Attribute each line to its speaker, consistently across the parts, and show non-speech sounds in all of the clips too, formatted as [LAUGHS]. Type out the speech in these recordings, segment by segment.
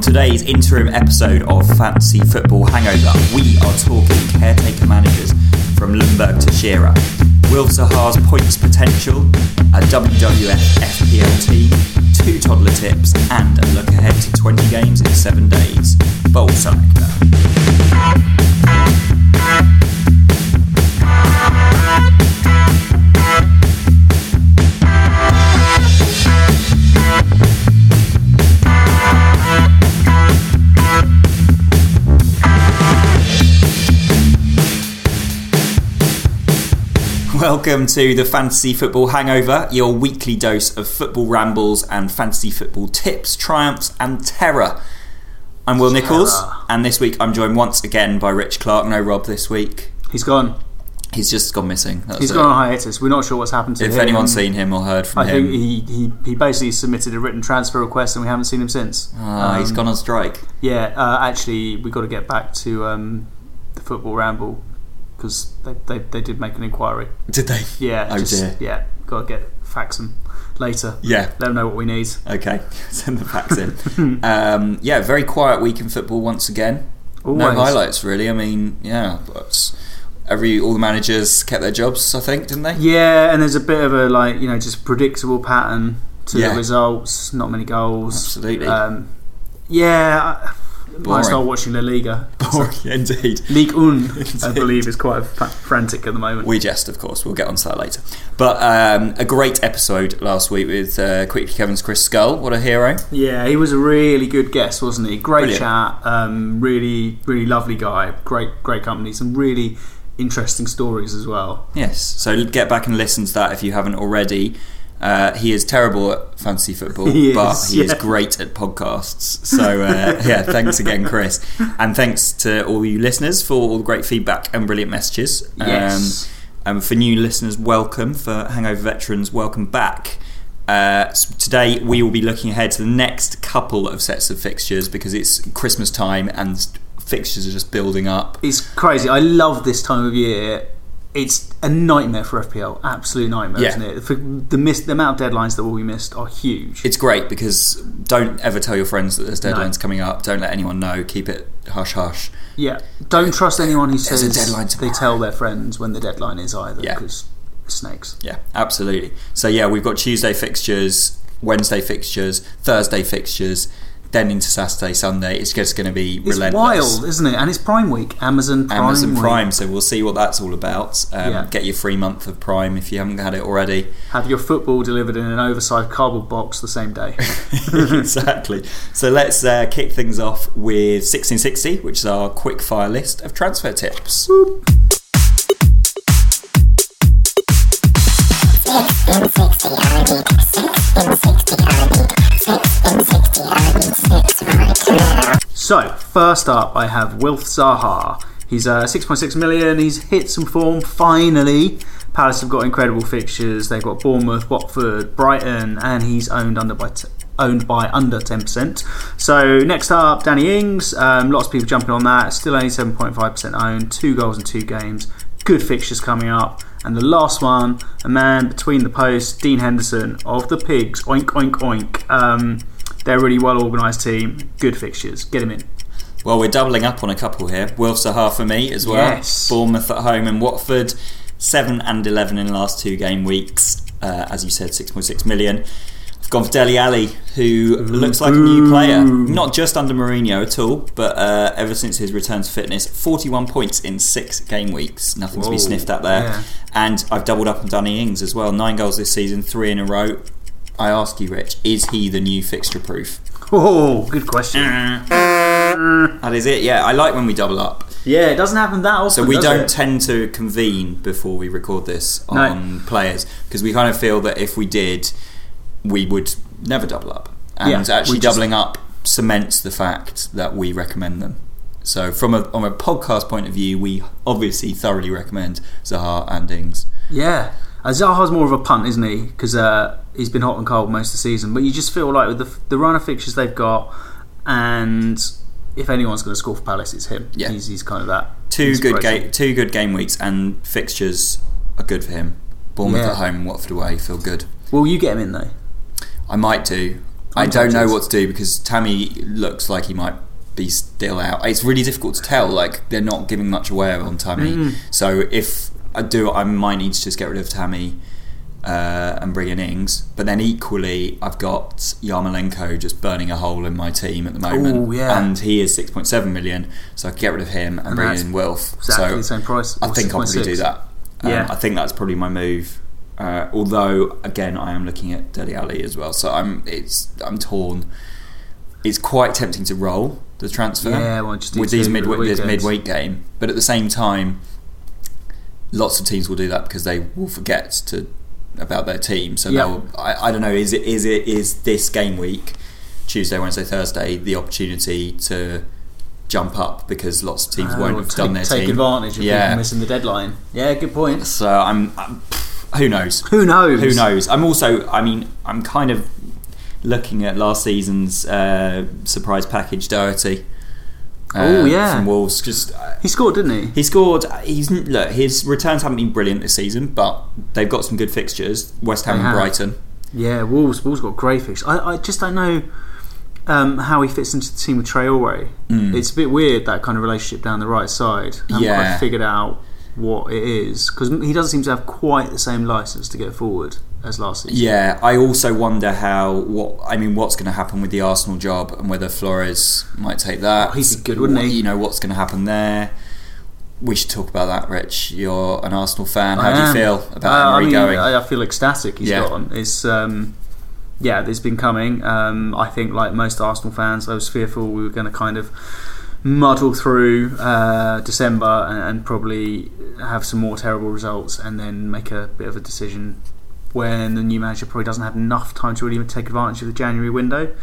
Speaker 1: today's interim episode of Fantasy Football Hangover, we are talking caretaker managers from Lundberg to Shearer, Will Sahar's points potential, a WWF FPL team, two toddler tips, and a look ahead to 20 games in seven days. Bowl Selector. Welcome to the Fantasy Football Hangover, your weekly dose of football rambles and fantasy football tips, triumphs, and terror. I'm Will Nichols, and this week I'm joined once again by Rich Clark. No Rob this week.
Speaker 2: He's gone.
Speaker 1: He's just gone missing. That's
Speaker 2: He's
Speaker 1: it.
Speaker 2: gone on hiatus. We're not sure what's happened to
Speaker 1: If
Speaker 2: him.
Speaker 1: anyone's seen him or heard from
Speaker 2: I
Speaker 1: him,
Speaker 2: think he, he, he basically submitted a written transfer request and we haven't seen him since.
Speaker 1: Ah, he's
Speaker 2: Um,
Speaker 1: gone on strike.
Speaker 2: Yeah, uh, actually, we've got to get back to um, the football ramble because they, they, they did make an inquiry.
Speaker 1: Did they?
Speaker 2: Yeah.
Speaker 1: Oh,
Speaker 2: just,
Speaker 1: dear.
Speaker 2: Yeah, got to get fax them later.
Speaker 1: Yeah.
Speaker 2: Let them know what we need.
Speaker 1: Okay. [LAUGHS] Send the facts
Speaker 2: [LAUGHS]
Speaker 1: in. um, yeah, very quiet week in football once again.
Speaker 2: Always.
Speaker 1: No highlights, really. I mean, yeah. But every all the managers kept their jobs, I think, didn't they?
Speaker 2: Yeah, and there's a bit of a like you know just predictable pattern to
Speaker 1: Yeah.
Speaker 2: the results. Not many goals.
Speaker 1: Absolutely.
Speaker 2: Um, yeah, I, I
Speaker 1: Boring.
Speaker 2: start watching La Liga.
Speaker 1: [LAUGHS] Boring, [LAUGHS] indeed.
Speaker 2: League Un, I believe, is quite fa- frantic at the moment.
Speaker 1: We jest, of course. We'll get onto that later. But um, a great episode last week with uh, Quickly Kevin's Chris Skull. What a hero!
Speaker 2: yeah, he was a really good guest, wasn't he? Great
Speaker 1: Brilliant.
Speaker 2: chat. Um, really, really lovely guy. Great, great company. Some really interesting stories as well.
Speaker 1: Yes. So get back and listen to that if you haven't already. Uh, he is terrible at fantasy football,
Speaker 2: [LAUGHS] He
Speaker 1: but
Speaker 2: is,
Speaker 1: he is
Speaker 2: yeah.
Speaker 1: great at podcasts. So uh, [LAUGHS] yeah, thanks again, Chris, and thanks to all you listeners for all the great feedback and brilliant messages.
Speaker 2: Yes.
Speaker 1: Um, and for new listeners, welcome. For Hangover veterans, welcome back. Uh, s- today we will be looking ahead to the next couple of sets of fixtures because it's Christmas time and fixtures are just building up.
Speaker 2: It's crazy. I love this time of year. It's a nightmare for FPL. Absolute nightmare,
Speaker 1: Yeah.
Speaker 2: isn't it? For the, miss, the amount of deadlines that will be missed are huge.
Speaker 1: It's great because don't ever tell your friends that there's
Speaker 2: No.
Speaker 1: deadlines coming up. Don't let anyone know. Keep it hush hush.
Speaker 2: yeah. Don't trust anyone who
Speaker 1: There's
Speaker 2: says
Speaker 1: a deadline
Speaker 2: they
Speaker 1: tomorrow.
Speaker 2: tell their friends when the deadline is either
Speaker 1: Yeah.
Speaker 2: because snakes.
Speaker 1: Yeah, absolutely. So yeah, we've got Tuesday fixtures, Wednesday fixtures, Thursday fixtures, then into Saturday, Sunday. It's just going to be
Speaker 2: It's
Speaker 1: relentless.
Speaker 2: wild, isn't it? And it's Prime Week. Amazon Prime.
Speaker 1: Amazon
Speaker 2: Week.
Speaker 1: Prime. So we'll see what that's all about. Um,
Speaker 2: Yeah.
Speaker 1: Get your free month of Prime if you haven't had it
Speaker 2: [LAUGHS]
Speaker 1: already. [LAUGHS]
Speaker 2: Have your football delivered in an oversized cardboard box the
Speaker 1: [LAUGHS]
Speaker 2: same day.
Speaker 1: exactly. So let's uh, kick things off with 1660, which is our quick fire list of transfer tips.
Speaker 2: so, first up, I have Wilf Zaha. He's uh, 6.6 million. He's hit some form finally. Palace have got incredible fixtures. They've got Bournemouth, Watford, Brighton, and he's owned under by t- owned by under 10%. So next up, Danny Ings. Um, lots of people jumping on that. Still only 7.5% owned. Two goals in two games. Good fixtures coming up. And the last one, a man between the posts, Dean Henderson of the Pigs. Oink, oink, oink. Um, they're a really well organised team. Good fixtures. Get him in. [LAUGHS]
Speaker 1: Well, we're doubling up on a couple here. Wilfs are half for me as well.
Speaker 2: Yes.
Speaker 1: Bournemouth at home and Watford, 7 and 11 in the last two game weeks. Uh, as you said, 6.6 million. I've gone for Deli Alley, who looks like a new player. Not just under Mourinho at all, but uh, ever since his return to fitness, 41 points in six game weeks. Nothing to be
Speaker 2: Whoa.
Speaker 1: sniffed at there.
Speaker 2: Yeah.
Speaker 1: And I've doubled up on Danny Ings as well. Nine goals this season, three in a row. I ask you, Rich, is he the new fixture proof?
Speaker 2: Oh, good question.
Speaker 1: That is it. Yeah, I like when we double up.
Speaker 2: Yeah, it doesn't happen that often.
Speaker 1: So we
Speaker 2: Oh, does
Speaker 1: don't
Speaker 2: it?
Speaker 1: tend to convene before we record this
Speaker 2: No.
Speaker 1: on players because we kind of feel that if we did, we would never double up. And
Speaker 2: Yeah,
Speaker 1: actually,
Speaker 2: we just-
Speaker 1: doubling up cements the fact that we recommend them. So from a on a podcast point of view, we obviously thoroughly recommend Zaha and Ings.
Speaker 2: Yeah. Uh, Zaha's more of a punt, isn't he? Because uh, he's been hot and cold most of the season. But you just feel like with the, the run of fixtures they've got, and if anyone's going to score for Palace, it's him.
Speaker 1: Yeah.
Speaker 2: He's, he's kind of that.
Speaker 1: Two good
Speaker 2: inspiration.
Speaker 1: game, two good game weeks, and fixtures are good for him. Bournemouth
Speaker 2: Yeah.
Speaker 1: at home, Watford away, feel good.
Speaker 2: Will you get him in, though?
Speaker 1: I might do. I don't know
Speaker 2: Contenders.
Speaker 1: what to do because Tammy looks like he might be still out. It's really difficult to tell. Like they're not giving much away on Tammy.
Speaker 2: Mm.
Speaker 1: So if I do, I might need to just get rid of Tammy uh, and bring in Ings. But then equally, I've got Yarmolenko just burning a hole in my team at the moment.
Speaker 2: Ooh, yeah.
Speaker 1: And he is six point seven million, so I could get rid of him and,
Speaker 2: And
Speaker 1: bring
Speaker 2: that's
Speaker 1: in Wilf.
Speaker 2: Exactly
Speaker 1: so
Speaker 2: the same price.
Speaker 1: I
Speaker 2: or
Speaker 1: think I'll probably do
Speaker 2: 6.6.
Speaker 1: that. Um,
Speaker 2: Yeah.
Speaker 1: I think that's probably my move. Uh, although, again, I am looking at Deli Ali as well, so I'm it's I'm torn. It's quite tempting to roll the transfer
Speaker 2: Yeah, well, just do
Speaker 1: with these
Speaker 2: two for the
Speaker 1: midweek this
Speaker 2: weekends.
Speaker 1: midweek game, but at the same time, lots of teams will do that because they will forget to about their team. So
Speaker 2: Yeah.
Speaker 1: they'll, I, I don't know. Is it is it is this game week, Tuesday, Wednesday, Thursday, the opportunity to jump up because lots of teams
Speaker 2: Oh,
Speaker 1: won't have
Speaker 2: take,
Speaker 1: done their
Speaker 2: take
Speaker 1: team.
Speaker 2: advantage of
Speaker 1: Yeah.
Speaker 2: people missing the deadline. Yeah, good point.
Speaker 1: So I'm, I'm pff, who knows?
Speaker 2: Who knows?
Speaker 1: Who knows? I'm also. I mean, I'm kind of looking at last season's uh, surprise package, Doherty. um,
Speaker 2: Oh, yeah.
Speaker 1: from Wolves. Just uh,
Speaker 2: He scored, didn't
Speaker 1: he scored. He's look. His returns haven't been brilliant this season, but they've got some good fixtures. West Ham
Speaker 2: They
Speaker 1: and
Speaker 2: have.
Speaker 1: Brighton.
Speaker 2: he? Yeah, Wolves. Wolves got grey fish. I, I just don't know um, how he fits into the team with Traore.
Speaker 1: Mm.
Speaker 2: It's a bit weird that kind of relationship down the right side. I haven't
Speaker 1: Yeah.
Speaker 2: quite figured out what it is because he doesn't seem to have quite the same license to get forward as last season.
Speaker 1: Yeah, I also wonder how what I mean what's going to happen with the Arsenal job and whether Flores might take that.
Speaker 2: Oh, he'd be good, wouldn't he?
Speaker 1: You know what's going to happen there. We should talk about that, Rich. You're an Arsenal fan. How
Speaker 2: I
Speaker 1: do you
Speaker 2: am.
Speaker 1: feel
Speaker 2: Uh,
Speaker 1: about
Speaker 2: I
Speaker 1: Emery
Speaker 2: mean,
Speaker 1: going?
Speaker 2: I, I feel ecstatic. He's
Speaker 1: Yeah.
Speaker 2: gone. It's um, yeah, it's been coming. Um, I think, like most Arsenal fans, I was fearful we were going to kind of muddle through uh, December and, and probably have some more terrible results, and then make a bit of a decision when the new manager probably doesn't have enough time to really even take advantage of the January window.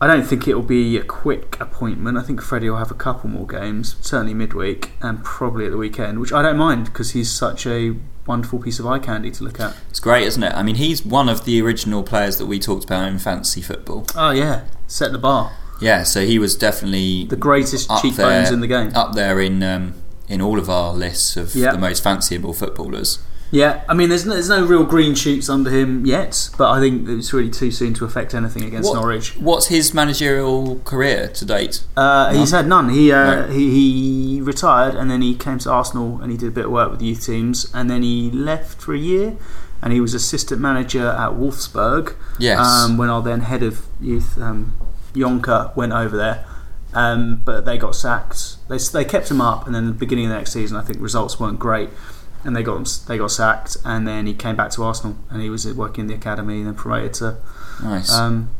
Speaker 2: I don't think it'll be a quick appointment. I think Freddie will have a couple more games, certainly midweek and probably at the weekend, which I don't mind because he's such a wonderful piece of eye candy to look at.
Speaker 1: it's great, isn't it? I mean, he's one of the original players that we talked about in fantasy football.
Speaker 2: Oh yeah, set the bar.
Speaker 1: Yeah, so he was definitely
Speaker 2: The greatest
Speaker 1: Up
Speaker 2: cheekbones
Speaker 1: there.
Speaker 2: in the game.
Speaker 1: up there in um, in all of our lists of
Speaker 2: Yeah.
Speaker 1: the most fanciable footballers.
Speaker 2: Yeah, I mean, there's no, there's no real green shoots under him yet, but I think it's really too soon to affect anything against
Speaker 1: What-
Speaker 2: Norwich.
Speaker 1: What's his managerial career to date?
Speaker 2: Uh, he's had none. He,
Speaker 1: No.
Speaker 2: uh, he he retired and then he came to Arsenal and he did a bit of work with youth teams and then he left for a year and he was assistant manager at Wolfsburg.
Speaker 1: Yes.
Speaker 2: um, when our then head of youth, um, Yonka, went over there. Um, but they got sacked. They, they kept him up, and then at the beginning of the next season, I think results weren't great, and they got him, they got sacked. And then he came back to Arsenal, and he was working in the academy, and then promoted to
Speaker 1: nice.
Speaker 2: um,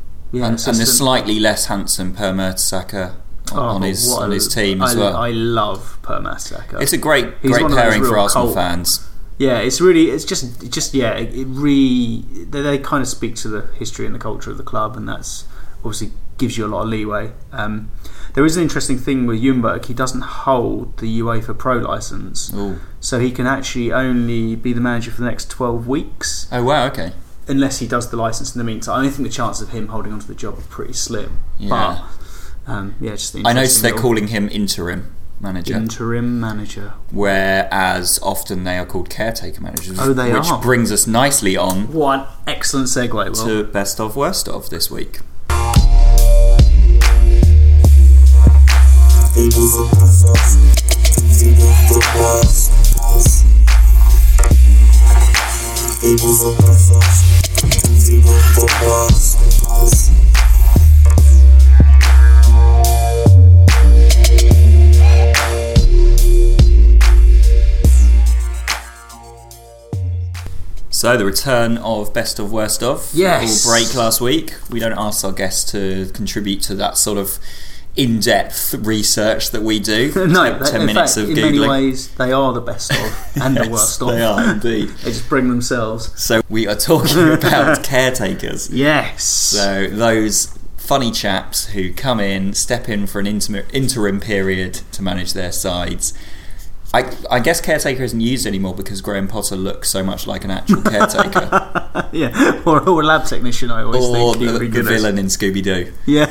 Speaker 1: and,
Speaker 2: yeah,
Speaker 1: and the
Speaker 2: assistant.
Speaker 1: slightly less handsome Per Mertesacker on,
Speaker 2: Oh,
Speaker 1: on
Speaker 2: but
Speaker 1: his
Speaker 2: what
Speaker 1: on
Speaker 2: a-
Speaker 1: his team as
Speaker 2: I,
Speaker 1: well.
Speaker 2: I love Per Mertesacker.
Speaker 1: it's a great
Speaker 2: He's
Speaker 1: great
Speaker 2: one of those
Speaker 1: pairing for
Speaker 2: real
Speaker 1: Arsenal
Speaker 2: cult-
Speaker 1: fans.
Speaker 2: Yeah, it's really, it's just, it just yeah, it, it re. They, they kind of speak to the history and the culture of the club, and that's obviously gives you a lot of leeway. Um, there is an interesting thing with Jumberg; he doesn't hold the UEFA Pro license,
Speaker 1: Ooh.
Speaker 2: so he can actually only be the manager for the next twelve weeks,
Speaker 1: Oh wow, okay.
Speaker 2: unless he does the license in the meantime. I think the chances of him holding onto the job are pretty slim.
Speaker 1: Yeah.
Speaker 2: But um, yeah, just an
Speaker 1: I noticed they're
Speaker 2: interesting
Speaker 1: calling him interim manager,
Speaker 2: little interim manager.
Speaker 1: whereas often they are called caretaker managers.
Speaker 2: Oh, they
Speaker 1: which
Speaker 2: are.
Speaker 1: brings us nicely on
Speaker 2: What an excellent segue! Will.
Speaker 1: to best of worst of this week. So the return of best of worst of.
Speaker 2: Yes.
Speaker 1: Little break last week. We don't ask our guests to contribute to that sort of in-depth research that we do.
Speaker 2: [LAUGHS] no,
Speaker 1: ten,
Speaker 2: they-
Speaker 1: ten
Speaker 2: in
Speaker 1: minutes
Speaker 2: fact,
Speaker 1: of
Speaker 2: in
Speaker 1: googling.
Speaker 2: many ways, they are the
Speaker 1: [LAUGHS]
Speaker 2: best of and the
Speaker 1: Yes,
Speaker 2: worst of.
Speaker 1: They are indeed.
Speaker 2: [LAUGHS] They just bring themselves.
Speaker 1: So we are
Speaker 2: [LAUGHS]
Speaker 1: talking about caretakers.
Speaker 2: Yes.
Speaker 1: So those funny chaps who come in, step in for an intim- interim period to manage their sides. I, I guess caretaker isn't used anymore because Graham Potter looks so much like an actual caretaker.
Speaker 2: [LAUGHS] yeah, or, or a lab technician. I [LAUGHS] always
Speaker 1: or
Speaker 2: think.
Speaker 1: the,
Speaker 2: You'd be
Speaker 1: the
Speaker 2: good at.
Speaker 1: villain in Scooby Doo.
Speaker 2: [LAUGHS] Yeah.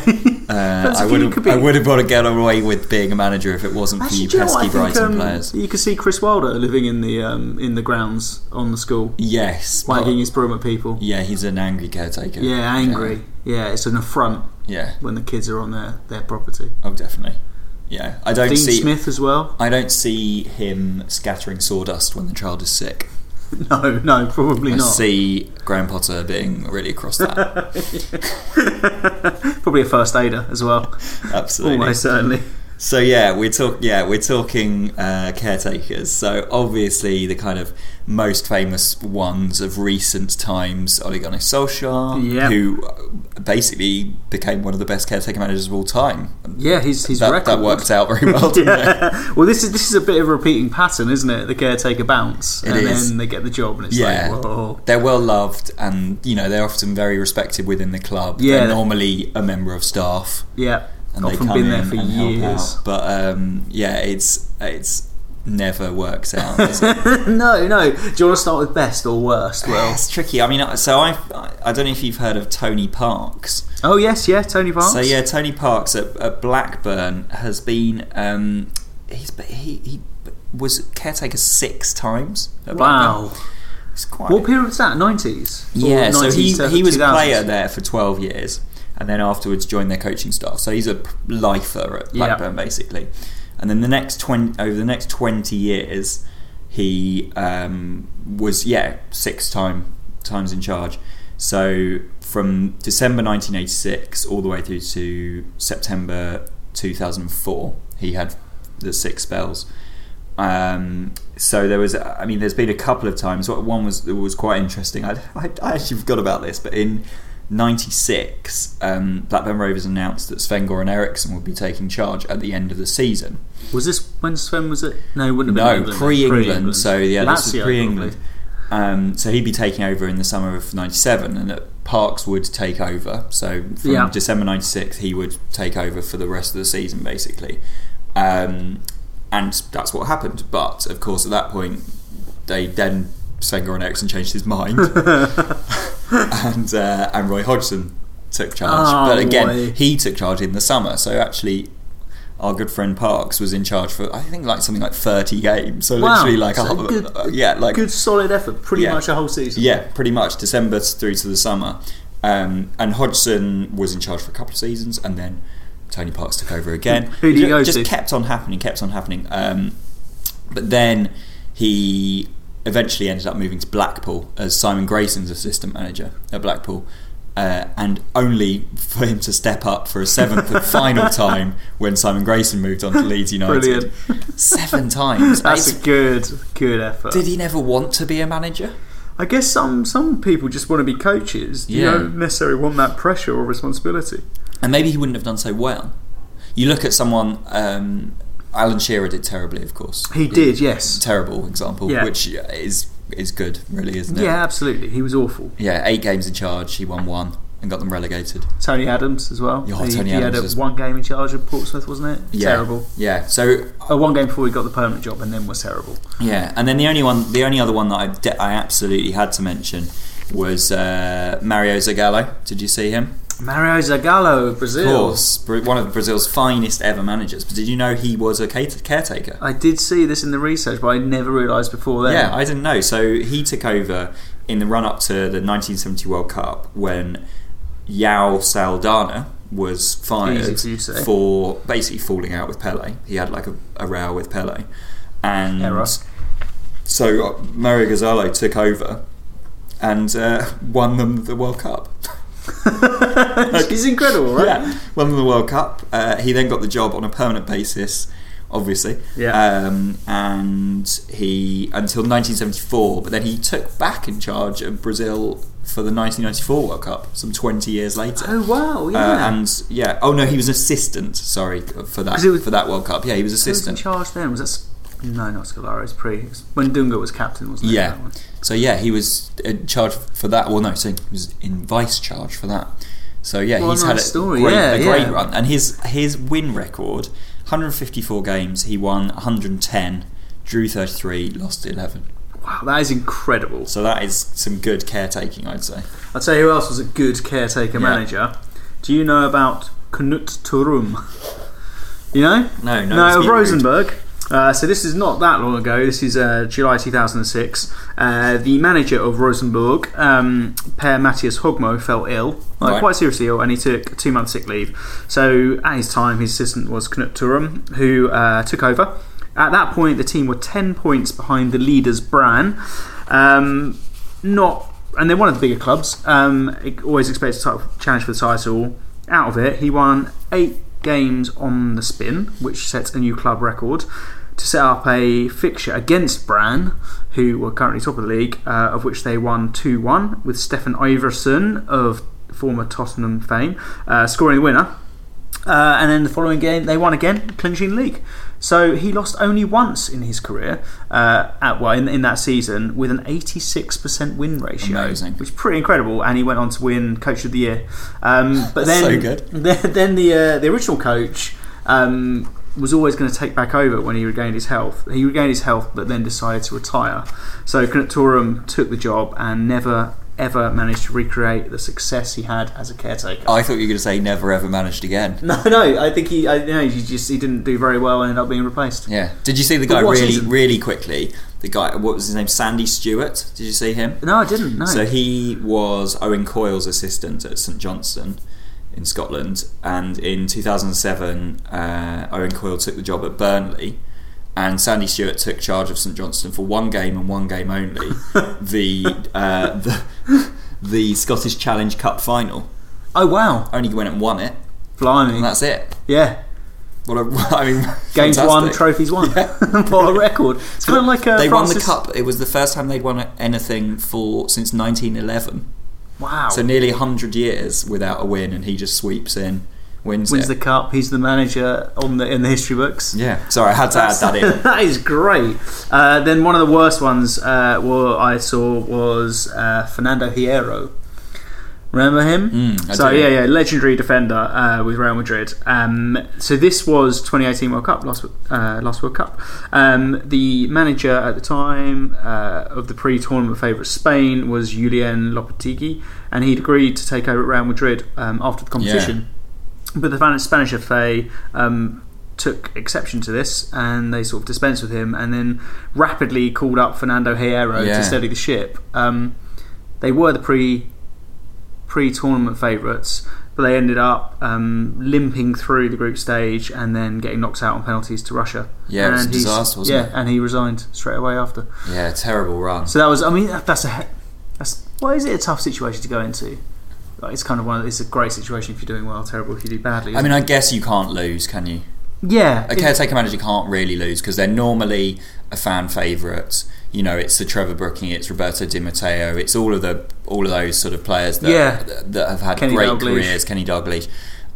Speaker 1: Uh,
Speaker 2: That's
Speaker 1: I
Speaker 2: if
Speaker 1: would
Speaker 2: you
Speaker 1: have
Speaker 2: could be-
Speaker 1: I would have got to get away with being a manager if it wasn't for
Speaker 2: Actually,
Speaker 1: you
Speaker 2: do you know what?
Speaker 1: pesky
Speaker 2: I think
Speaker 1: Brighton
Speaker 2: um,
Speaker 1: players.
Speaker 2: you could see Chris Wilder living in the um, in the grounds on the school,
Speaker 1: Yes, but-
Speaker 2: wagging his broom at people.
Speaker 1: Oh. yeah, he's an angry caretaker.
Speaker 2: Yeah, angry. Yeah, it's an affront
Speaker 1: Yeah,
Speaker 2: when the kids are on their, their property.
Speaker 1: oh definitely. Yeah, I don't
Speaker 2: Dean
Speaker 1: see
Speaker 2: Smith as well. [LAUGHS]
Speaker 1: I don't see him scattering sawdust when the child is sick.
Speaker 2: No, no, probably
Speaker 1: I
Speaker 2: not.
Speaker 1: see Graham Potter being really across that.
Speaker 2: [LAUGHS] Probably a first aider as well.
Speaker 1: [LAUGHS] Absolutely.
Speaker 2: Almost certainly.
Speaker 1: So yeah, we're talk yeah we're talking uh, caretakers. So obviously the kind of most famous ones of recent times, Ole Gunnar Solskjaer,
Speaker 2: Yeah.
Speaker 1: who uh, basically became one of the best caretaker managers of all time.
Speaker 2: Yeah, he's he's
Speaker 1: That,
Speaker 2: record.
Speaker 1: that worked out very well, didn't it?
Speaker 2: [LAUGHS] Yeah. Well, this is this is a bit of a repeating pattern, isn't it? The caretaker bounce,
Speaker 1: It
Speaker 2: and
Speaker 1: is.
Speaker 2: then they get the job, and it's
Speaker 1: Yeah.
Speaker 2: like, whoa.
Speaker 1: They're well loved, and you know they're often very respected within the club.
Speaker 2: Yeah.
Speaker 1: They're normally a member of staff.
Speaker 2: Yeah,
Speaker 1: and they
Speaker 2: often
Speaker 1: come
Speaker 2: been
Speaker 1: in
Speaker 2: there for
Speaker 1: and help
Speaker 2: years. [LAUGHS]
Speaker 1: out. But um, yeah, it's it's never works out. does it?
Speaker 2: [LAUGHS] no, no. Do you want to start with best or worst? Well,
Speaker 1: it's tricky. I mean, I- so I I don't know if you've heard of Tony Parks.
Speaker 2: oh yes, yeah, Tony Parks.
Speaker 1: So yeah, Tony Parks at, at Blackburn has been um, he's be- he he was caretaker six times. At Blackburn.
Speaker 2: Wow.
Speaker 1: it's quite
Speaker 2: What period was that? Nineties.
Speaker 1: yeah. So he he was a player there for twelve years, and then afterwards joined their coaching staff. So he's a p- lifer at
Speaker 2: Yeah.
Speaker 1: Blackburn basically. And then the next twenty over the next twenty years, he um, was yeah six time times in charge. So from December 1986 all the way through to September 2004, he had the six spells. Um, so there was, I mean, there's been a couple of times. What One was that was quite interesting. I, I, I actually forgot about this, but in '96, um, Blackburn Rovers announced that Sven Goran Eriksson would be taking charge at the end of the season.
Speaker 2: Was this when Sven was it? No, it wouldn't have been.
Speaker 1: No,
Speaker 2: England.
Speaker 1: pre-England. So yeah, this
Speaker 2: Lazio,
Speaker 1: was pre-England.
Speaker 2: probably.
Speaker 1: Um, so he'd be taking over in the summer of '97, and that Parks would take over. So from
Speaker 2: Yeah.
Speaker 1: December '96, he would take over for the rest of the season, basically. Um, and that's what happened. But of course, at that point, they then Sven Goran Eriksson changed his
Speaker 2: [LAUGHS]
Speaker 1: mind, and uh, and Roy Hodgson took charge.
Speaker 2: Oh,
Speaker 1: but again,
Speaker 2: boy.
Speaker 1: he took charge in the summer. So actually, our good friend Parks was in charge for I think like something like thirty games. So
Speaker 2: Wow.
Speaker 1: literally like
Speaker 2: So
Speaker 1: a,
Speaker 2: good-
Speaker 1: uh, yeah, like
Speaker 2: Good solid effort, pretty
Speaker 1: Yeah.
Speaker 2: much a whole season.
Speaker 1: yeah, pretty much December through to the summer. Um, and Hodgson was in charge for a couple of seasons, and then Tony Parks took over again.
Speaker 2: [LAUGHS] Who did
Speaker 1: It
Speaker 2: he go
Speaker 1: just
Speaker 2: to?
Speaker 1: kept on happening, kept on happening. Um, but then he eventually ended up moving to Blackpool as Simon Grayson's assistant manager at Blackpool. Uh, and only for him to step up for a seventh
Speaker 2: [LAUGHS]
Speaker 1: and final time when Simon Grayson moved on to Leeds United.
Speaker 2: Brilliant. [LAUGHS]
Speaker 1: Seven times.
Speaker 2: That's
Speaker 1: It's-
Speaker 2: a good, good effort.
Speaker 1: did he never want to be a manager?
Speaker 2: I guess some some people just want to be coaches. You
Speaker 1: Yeah.
Speaker 2: don't necessarily want that pressure or responsibility.
Speaker 1: and maybe he wouldn't have done so well. You look at someone, um, Alan Shearer did terribly, of course.
Speaker 2: He did, yes.
Speaker 1: Terrible example,
Speaker 2: Yeah.
Speaker 1: which uh, is is good, really, isn't it?
Speaker 2: Yeah, absolutely. He was awful.
Speaker 1: Yeah, eight games in charge, he won one and got them relegated.
Speaker 2: Tony Adams as well.
Speaker 1: Yeah,
Speaker 2: he,
Speaker 1: Tony
Speaker 2: he
Speaker 1: Adams
Speaker 2: had a
Speaker 1: was-
Speaker 2: one game in charge of Portsmouth, wasn't it?
Speaker 1: Yeah.
Speaker 2: Terrible.
Speaker 1: Yeah. So
Speaker 2: Oh, one game before he got the permanent job, and then was terrible.
Speaker 1: yeah, and then the only one, the only other one that I de- I absolutely had to mention was uh, Mario Zagallo. Did you see him?
Speaker 2: Mario Zagallo,
Speaker 1: Of
Speaker 2: Brazil.
Speaker 1: course, Bra- one of Brazil's finest ever managers. But did you know he was a cate- caretaker?
Speaker 2: I did see this in the research, but I never realised before then.
Speaker 1: Yeah, I didn't know. So he took over in the run up to the 1970 World Cup when Yao Saldana was
Speaker 2: Easy
Speaker 1: fired
Speaker 2: for you to say.
Speaker 1: for basically falling out with Pele. He had like a, a row with Pele. And
Speaker 2: Error.
Speaker 1: so uh, Mario Gonzalo took over and uh, [LAUGHS] won them the World
Speaker 2: [LAUGHS]
Speaker 1: Cup.
Speaker 2: He's incredible, right?
Speaker 1: Yeah, won the World Cup. Uh, he then got the job on a permanent basis, obviously.
Speaker 2: Yeah.
Speaker 1: Um, and he until 1974, but then he took back in charge of Brazil for the 1994 World Cup, some 20 years later.
Speaker 2: Oh wow,
Speaker 1: Uh,
Speaker 2: yeah.
Speaker 1: and yeah, oh no, he was assistant. Sorry for that
Speaker 2: 'Cause it was-
Speaker 1: for that World Cup. Yeah, he was
Speaker 2: Who was in
Speaker 1: assistant.
Speaker 2: charge then? Was that? S- No, not Scolari. It's pre. It's when Dunga was captain, wasn't it?
Speaker 1: Yeah.
Speaker 2: that one?
Speaker 1: So yeah, he was in charge for that. Well, no, so he was in vice charge for that. So yeah,
Speaker 2: What a
Speaker 1: he's had a
Speaker 2: nice story.
Speaker 1: great,
Speaker 2: Yeah,
Speaker 1: a great
Speaker 2: yeah.
Speaker 1: run, and his his win record: 154 games, he won 110, drew 33, lost 11.
Speaker 2: Wow, that is incredible.
Speaker 1: So that is some good caretaking, I'd say.
Speaker 2: I'll tell you who else was a good caretaker
Speaker 1: Yeah.
Speaker 2: manager. Do you know about Knut Turum. You know?
Speaker 1: No, no.
Speaker 2: No,
Speaker 1: it's
Speaker 2: of
Speaker 1: being rude.
Speaker 2: Rosenborg. Uh, so this is not that long ago. This is uh, July 2006. Uh, the manager of Rosenborg, um, Per Matthias Hogmo, fell ill, like
Speaker 1: Right.
Speaker 2: quite seriously ill, and he took two months sick leave. So at his time, his assistant was Knut Turum, who uh, took over. At that point, the team were 10 points behind the leaders, Bran. Um, not, and they're one of the bigger clubs. Um, always expects a title, challenge for the title. Out of it, he won eight games on the spin, which set a new club record. To set up a fixture against Bran, who were currently top of the league, uh, of which they won 2 1, with Stefan Iverson of former Tottenham fame uh, scoring the winner. Uh, and then the following game, they won again, clinching the league. So he lost only once in his career, uh, at, well, in, in that season, with an 86% win ratio,
Speaker 1: Amazing.
Speaker 2: which is pretty incredible. And he went on to win Coach of the Year. Um, but
Speaker 1: That's [LAUGHS] so
Speaker 2: then,
Speaker 1: good.
Speaker 2: then, then the uh, the original coach um, was always going to take back over when he regained his health. He regained his health, but then decided to retire. So Knut took the job and never ever managed to recreate the success he had as a caretaker. [LAUGHS]
Speaker 1: I thought you were going to say never ever managed again.
Speaker 2: No, no, I think he, I, no, he just he didn't do very well and ended up being replaced.
Speaker 1: Yeah. Did you see the
Speaker 2: But
Speaker 1: guy
Speaker 2: what
Speaker 1: really,
Speaker 2: season?
Speaker 1: really quickly? The guy, what was his name? Sandy Stewart. Did you see him?
Speaker 2: No, I didn't. No,
Speaker 1: So he was Owen Coyle's assistant at St Johnston in Scotland, and in 2007, uh, Owen Coyle took the job at Burnley, and Sandy Stewart took charge of St Johnston for one game and one game
Speaker 2: [LAUGHS]
Speaker 1: only, the, uh, [LAUGHS] the the Scottish Challenge Cup final.
Speaker 2: oh wow,
Speaker 1: Only went and won it, and
Speaker 2: blimey,
Speaker 1: that's it.
Speaker 2: yeah,
Speaker 1: What a, [LAUGHS] I mean,
Speaker 2: games won,
Speaker 1: fantastic.
Speaker 2: trophies won.
Speaker 1: Yeah.
Speaker 2: [LAUGHS] what a record! It's kind of like uh,
Speaker 1: they
Speaker 2: Francis-
Speaker 1: won the cup. It was the first time they'd won anything for since 1911.
Speaker 2: Wow,
Speaker 1: So nearly 100 years without a win, and he just sweeps in, wins,
Speaker 2: wins
Speaker 1: it.
Speaker 2: the cup. He's the manager on the in the history books.
Speaker 1: yeah, sorry, I had to add that in.
Speaker 2: [LAUGHS] that is great. Uh, then one of the worst ones uh, what I saw was uh, Fernando Hierro. Remember him?
Speaker 1: Mm, I
Speaker 2: so
Speaker 1: do.
Speaker 2: yeah, yeah, legendary defender uh, with Real Madrid. Um, so this was 2018 World Cup, last uh, last World Cup. Um, the manager at the time uh, of the pre-tournament favourite Spain was Julian Lopetegui, and he'd agreed to take over at Real Madrid um, after the competition. But the Spanish- Spanish FA um, took exception to this and they sort of dispensed with him and then rapidly called up Fernando Hierro
Speaker 1: Yeah.
Speaker 2: to steady the ship. Um, they were the pre pre tournament favourites, but they ended up um, limping through the group stage and then getting knocked out on penalties to Russia.
Speaker 1: Yeah, it was a
Speaker 2: he's-
Speaker 1: disaster, wasn't
Speaker 2: yeah,
Speaker 1: it?
Speaker 2: and he resigned straight away after.
Speaker 1: [LAUGHS] Yeah, terrible run.
Speaker 2: So that was, I mean, that- that's a he- that's why is it a tough situation to go into? Like, it's kind of one. Of, it's a great situation if you're doing well, terrible if you do badly.
Speaker 1: I
Speaker 2: isn't
Speaker 1: mean, I guess you can't lose, can you?
Speaker 2: it? yeah,
Speaker 1: A
Speaker 2: it-
Speaker 1: caretaker manager can't really lose because they're normally a fan favourite. You know, it's the Trevor Brooking, it's Roberto Di Matteo, it's all of the all of those sort of players that
Speaker 2: Yeah.
Speaker 1: that have had
Speaker 2: Kenny
Speaker 1: great
Speaker 2: Dalglish.
Speaker 1: careers. Kenny Dalglish,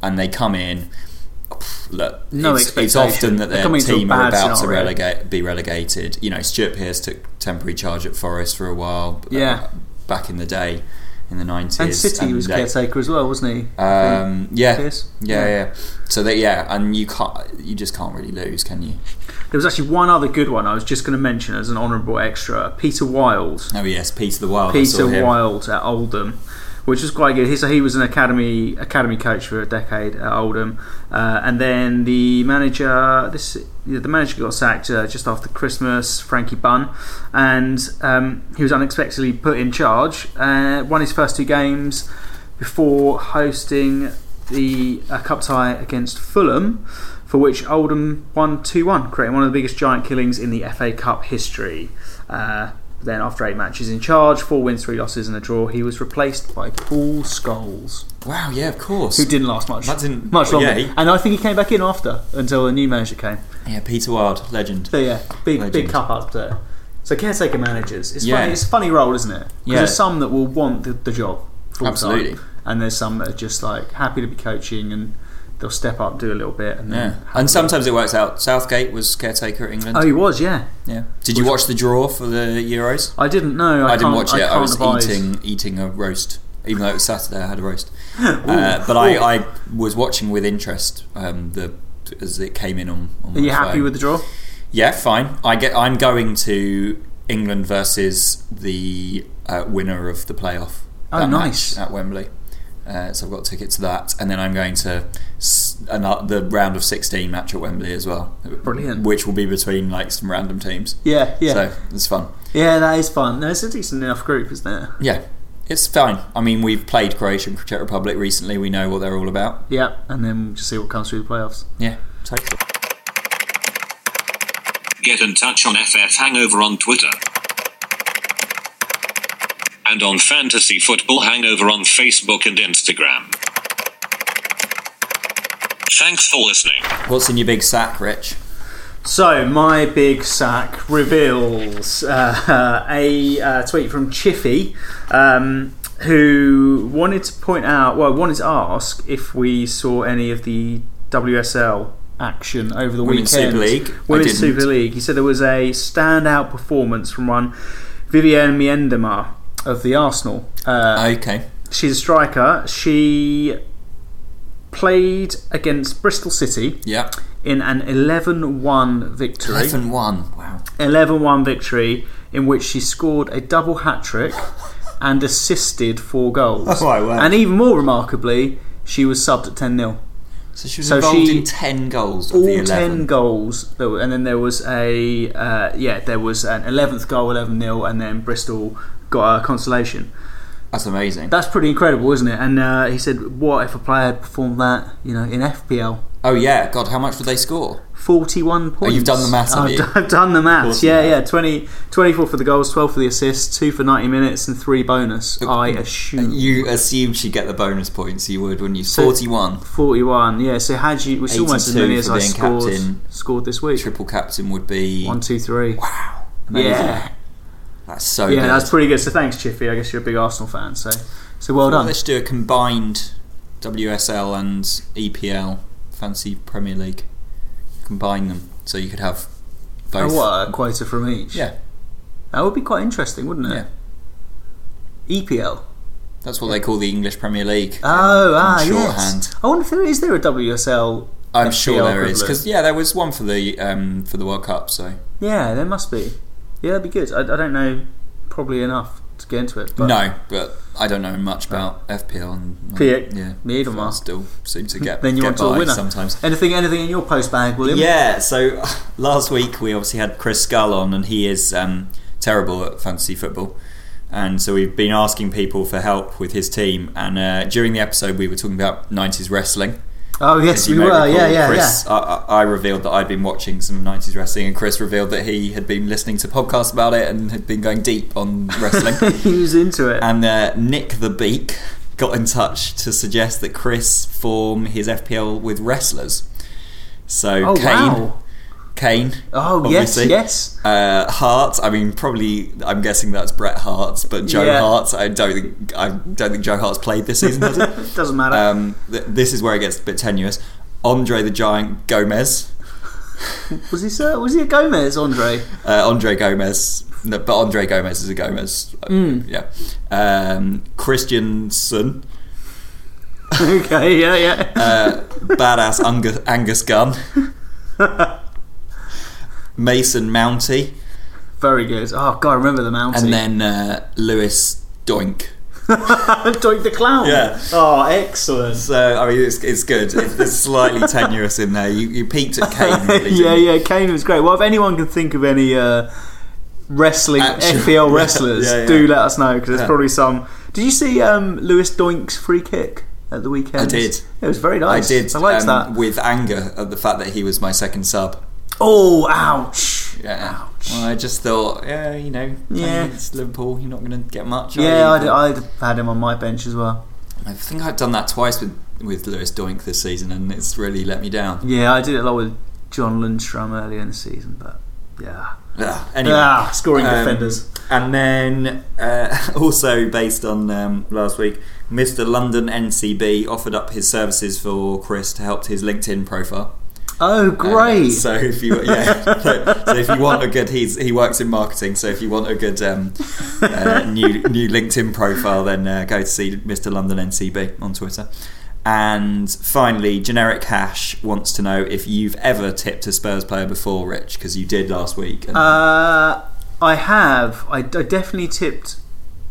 Speaker 1: and they come in. pff, Look,
Speaker 2: No
Speaker 1: it's, it's
Speaker 2: expectation.
Speaker 1: often that
Speaker 2: They're
Speaker 1: their
Speaker 2: coming into a
Speaker 1: team are
Speaker 2: bad
Speaker 1: about to
Speaker 2: scenario.
Speaker 1: relegate, be relegated. You know, Stuart Pearce took temporary charge at Forest for a while. uh,
Speaker 2: Yeah.
Speaker 1: back in the day, in the nineties,
Speaker 2: and City was caretaker as well, wasn't he?
Speaker 1: Um, yeah, yeah,
Speaker 2: Pearce?
Speaker 1: yeah, So that yeah, and you can't, you just can't really lose, can you?
Speaker 2: There was actually one other good one I was just going to mention as an honourable extra: Peter Wild.
Speaker 1: Oh yes, Peter the Wild. I saw
Speaker 2: Peter
Speaker 1: him.
Speaker 2: Wild at Oldham, which was quite good. He, so he was an academy academy coach for a decade at Oldham, uh, and then the manager this the manager got sacked uh, just after Christmas. Frankie Bunn, and um, he was unexpectedly put in charge. Uh, won his first two games before hosting the a cup tie against Fulham. For which Oldham won 2 1, creating one of the biggest giant killings in the FA Cup history. Uh, then, after eight matches in charge, four wins, three losses, and a draw, he was replaced by Paul Scholes,
Speaker 1: Wow, yeah, of course.
Speaker 2: who didn't last much.
Speaker 1: That didn't-
Speaker 2: much longer.
Speaker 1: yeah, he-
Speaker 2: and I think he came back in after until a new manager came.
Speaker 1: Yeah, Peter Wild, legend.
Speaker 2: So yeah, big big
Speaker 1: Legend.
Speaker 2: cup up there. So caretaker managers, it's
Speaker 1: Yeah.
Speaker 2: funny. It's a funny role, isn't it? 'Cause
Speaker 1: Yeah.
Speaker 2: there's some that will want the, the job full time,
Speaker 1: Absolutely.
Speaker 2: and there's some that are just like happy to be coaching and they'll step up, do a little bit, and then
Speaker 1: Yeah, and sometimes it works out. Southgate was caretaker at England.
Speaker 2: oh, he was, yeah.
Speaker 1: yeah. Did you watch the draw for the Euros?
Speaker 2: I didn't know. I,
Speaker 1: I, didn't
Speaker 2: can't-
Speaker 1: watch it. I,
Speaker 2: can't
Speaker 1: was
Speaker 2: advise.
Speaker 1: eating eating a roast, even though it was Saturday. I had a
Speaker 2: [LAUGHS]
Speaker 1: roast, uh, but I, I was watching with interest um, the as it came in on. on
Speaker 2: Are you
Speaker 1: my
Speaker 2: happy
Speaker 1: phone.
Speaker 2: with the draw?
Speaker 1: Yeah, fine. I get. I'm going to England versus the uh, winner of the playoff.
Speaker 2: Oh,
Speaker 1: that
Speaker 2: nice.
Speaker 1: match at Wembley. Uh, so I've got tickets to that, and then I'm going to s- ano- the round of 16 match at Wembley as well.
Speaker 2: Brilliant.
Speaker 1: Which will be between like some random teams.
Speaker 2: Yeah, yeah,
Speaker 1: So it's fun.
Speaker 2: yeah. That is fun. No, it's a decent enough group, isn't it?
Speaker 1: Yeah, it's fine. I mean, we've played Croatia and Czech Republic recently. We know what they're all about.
Speaker 2: Yeah, and then we'll just see what comes through the playoffs.
Speaker 1: Yeah, totally.
Speaker 3: Get in touch on FF Hangover on Twitter. And on Fantasy Football Hangover on Facebook and Instagram. Thanks for listening.
Speaker 1: What's in your big sack, Rich?
Speaker 2: So my big sack reveals uh, [LAUGHS] a uh, tweet from Chiffy, um, who wanted to point out, well, wanted to ask if we saw any of the WSL action over the
Speaker 1: Women's
Speaker 2: weekend.
Speaker 1: Super League? I
Speaker 2: Women's
Speaker 1: didn't.
Speaker 2: Super League. He said there was a standout performance from one Vivienne Miendemar of the Arsenal. Uh,
Speaker 1: Okay.
Speaker 2: she's a striker. She played against Bristol City
Speaker 1: Yeah.
Speaker 2: in an 11-1 victory.
Speaker 1: 11 1. Wow.
Speaker 2: 11 1 victory in which she scored a double hat trick and assisted four
Speaker 1: [LAUGHS]
Speaker 2: goals.
Speaker 1: Oh, wow.
Speaker 2: And even more remarkably, she was subbed at 10 0.
Speaker 1: So she was
Speaker 2: So
Speaker 1: involved
Speaker 2: she-
Speaker 1: in 10 goals of
Speaker 2: All
Speaker 1: the 11.
Speaker 2: 10 goals, that were, and then there was a, uh, yeah, there was an 11th goal, 11 0, and then Bristol got a consolation.
Speaker 1: That's amazing.
Speaker 2: That's pretty incredible, isn't it? And uh, he said, what if a player had performed that, you know, in FPL?
Speaker 1: Oh, yeah. God, how much did they score?
Speaker 2: 41 points.
Speaker 1: Oh, you've done the maths, have
Speaker 2: I've,
Speaker 1: you?
Speaker 2: d- I've [LAUGHS] done the maths.
Speaker 1: course you
Speaker 2: Yeah,
Speaker 1: have.
Speaker 2: yeah. 20, 24 for the goals, 12 for the assists, 2 for 90 minutes, and 3 bonus. I assume.
Speaker 1: You assumed she'd get the bonus points. You would, wouldn't you?
Speaker 2: Hmm. So-
Speaker 1: 41.
Speaker 2: 41, yeah. So had you. It's almost as
Speaker 1: 82
Speaker 2: many as
Speaker 1: for
Speaker 2: I
Speaker 1: being
Speaker 2: scored,
Speaker 1: captain.
Speaker 2: scored this week.
Speaker 1: Triple captain would be.
Speaker 2: One, two, three.
Speaker 1: Wow. Amazing.
Speaker 2: Yeah.
Speaker 1: That's so
Speaker 2: Yeah,
Speaker 1: good.
Speaker 2: that's pretty good. So thanks, Chiffy. I guess you're a big Arsenal fan. So, so well
Speaker 1: Well,
Speaker 2: done.
Speaker 1: Let's do a combined WSL and EPL Fancy Premier League. Combine them so you could have
Speaker 2: And
Speaker 1: both.
Speaker 2: Oh, what, a quota from each?
Speaker 1: Yeah,
Speaker 2: That would be quite interesting, wouldn't
Speaker 1: Yeah.
Speaker 2: it? E EPL.
Speaker 1: that's what they call the English Premier League.
Speaker 2: Oh, ah,
Speaker 1: in shorthand.
Speaker 2: yes. I wonder if there is there a WSL.
Speaker 1: I'm sure
Speaker 2: FPL
Speaker 1: there is
Speaker 2: equivalent?
Speaker 1: because yeah, there was one for the um, for the World Cup. So
Speaker 2: Yeah, there must be. Yeah, that'd be good. I, I don't know probably enough to get into it. But
Speaker 1: no, but I don't know much about FPL and
Speaker 2: Correct.
Speaker 1: yeah,
Speaker 2: Neither am I.
Speaker 1: still seem
Speaker 2: [LAUGHS]
Speaker 1: to get
Speaker 2: Then you're
Speaker 1: get
Speaker 2: onto a
Speaker 1: by
Speaker 2: winner.
Speaker 1: sometimes.
Speaker 2: [LAUGHS] Anything, anything in your post bag, William?
Speaker 1: Yeah, so [LAUGHS] last week we obviously had Chris Scull on, and he is um, terrible at fantasy football. And so we've been asking people for help with his team. And uh, during the episode, we were talking about 90s wrestling.
Speaker 2: Oh yes,
Speaker 1: As you may
Speaker 2: we were. yeah,
Speaker 1: recall,
Speaker 2: yeah,
Speaker 1: Chris, I, I I revealed that I'd been watching some 90s wrestling, and Chris revealed that he had been listening to podcasts about it and had been going deep on
Speaker 2: yeah. [LAUGHS]
Speaker 1: wrestling.
Speaker 2: he was into it.
Speaker 1: and uh, Nick the Beak got in touch to suggest that Chris form his FPL with wrestlers. So
Speaker 2: oh
Speaker 1: Kane,
Speaker 2: wow.
Speaker 1: Kane.
Speaker 2: Oh
Speaker 1: obviously.
Speaker 2: yes, yes.
Speaker 1: Uh, Hart. I mean, probably. I'm guessing that's Bret Hart's, but Joe
Speaker 2: Yeah.
Speaker 1: Hart. I don't think. I don't think Joe Hart's played this season.
Speaker 2: [LAUGHS]
Speaker 1: Has he?
Speaker 2: Doesn't matter.
Speaker 1: um, th- this is where it gets a bit tenuous. Andre the Giant Gomez.
Speaker 2: was he sir? Was he a Gomez,
Speaker 1: [LAUGHS]
Speaker 2: Andre?
Speaker 1: Uh, Andre Gomez. No, but Andre Gomez is a Gomez. Uh,
Speaker 2: Hmm.
Speaker 1: Yeah. Um, Christiansen.
Speaker 2: okay, yeah, yeah.
Speaker 1: Uh, badass Angus, Angus
Speaker 2: [LAUGHS]
Speaker 1: Gunn. Mason Mounty.
Speaker 2: Very good. Oh god, I remember the mountain.
Speaker 1: And then uh, Lewis Doink.
Speaker 2: [LAUGHS] Doink the clown.
Speaker 1: Yeah.
Speaker 2: Oh, excellent.
Speaker 1: So I mean, it's, it's good. It's, it's
Speaker 2: [LAUGHS]
Speaker 1: slightly tenuous in there. You, you peaked at Kane. Really,
Speaker 2: yeah,
Speaker 1: didn't you?
Speaker 2: yeah. Kane was great. Well, if anyone can think of any uh, wrestling
Speaker 1: Actual-
Speaker 2: FPL wrestlers,
Speaker 1: [LAUGHS] Yeah, yeah.
Speaker 2: do let us know because there's
Speaker 1: Yeah.
Speaker 2: probably some. Did you see um, Lewis Doink's free kick at the weekend?
Speaker 1: I did.
Speaker 2: It was very
Speaker 1: I
Speaker 2: nice.
Speaker 1: did.
Speaker 2: I liked
Speaker 1: um,
Speaker 2: that.
Speaker 1: with anger at the fact that he was my second sub.
Speaker 2: Oh, ouch.
Speaker 1: Yeah.
Speaker 2: Ouch.
Speaker 1: Well, I just thought, yeah, you know,
Speaker 2: Yeah.
Speaker 1: yeah, it's Liverpool. You're not going to get much. are
Speaker 2: Yeah,
Speaker 1: you?
Speaker 2: I'd, I'd had him on my bench as well.
Speaker 1: I think I've done that twice with with Lewis Doink this season, and it's really let me down.
Speaker 2: Yeah, I did it a lot with John Lundstrom earlier in the season, but yeah.
Speaker 1: Ugh. Anyway.
Speaker 2: ah, scoring
Speaker 1: Um,
Speaker 2: defenders.
Speaker 1: And then uh, [LAUGHS] also based on um, last week, Mr. London NCB offered up his services for Chris to help his LinkedIn profile.
Speaker 2: Oh,
Speaker 1: Uh,
Speaker 2: great.
Speaker 1: so if you
Speaker 2: [LAUGHS]
Speaker 1: yeah, [LAUGHS] so, so if you want a good, he's he works in marketing. So if you want a good um, uh, new new LinkedIn profile, then uh, go to see Mr. London NCB on Twitter. And finally, generic hash wants to know if you've ever tipped a Spurs player before, Rich, because you did last week. And
Speaker 2: Uh, I have. I, I definitely tipped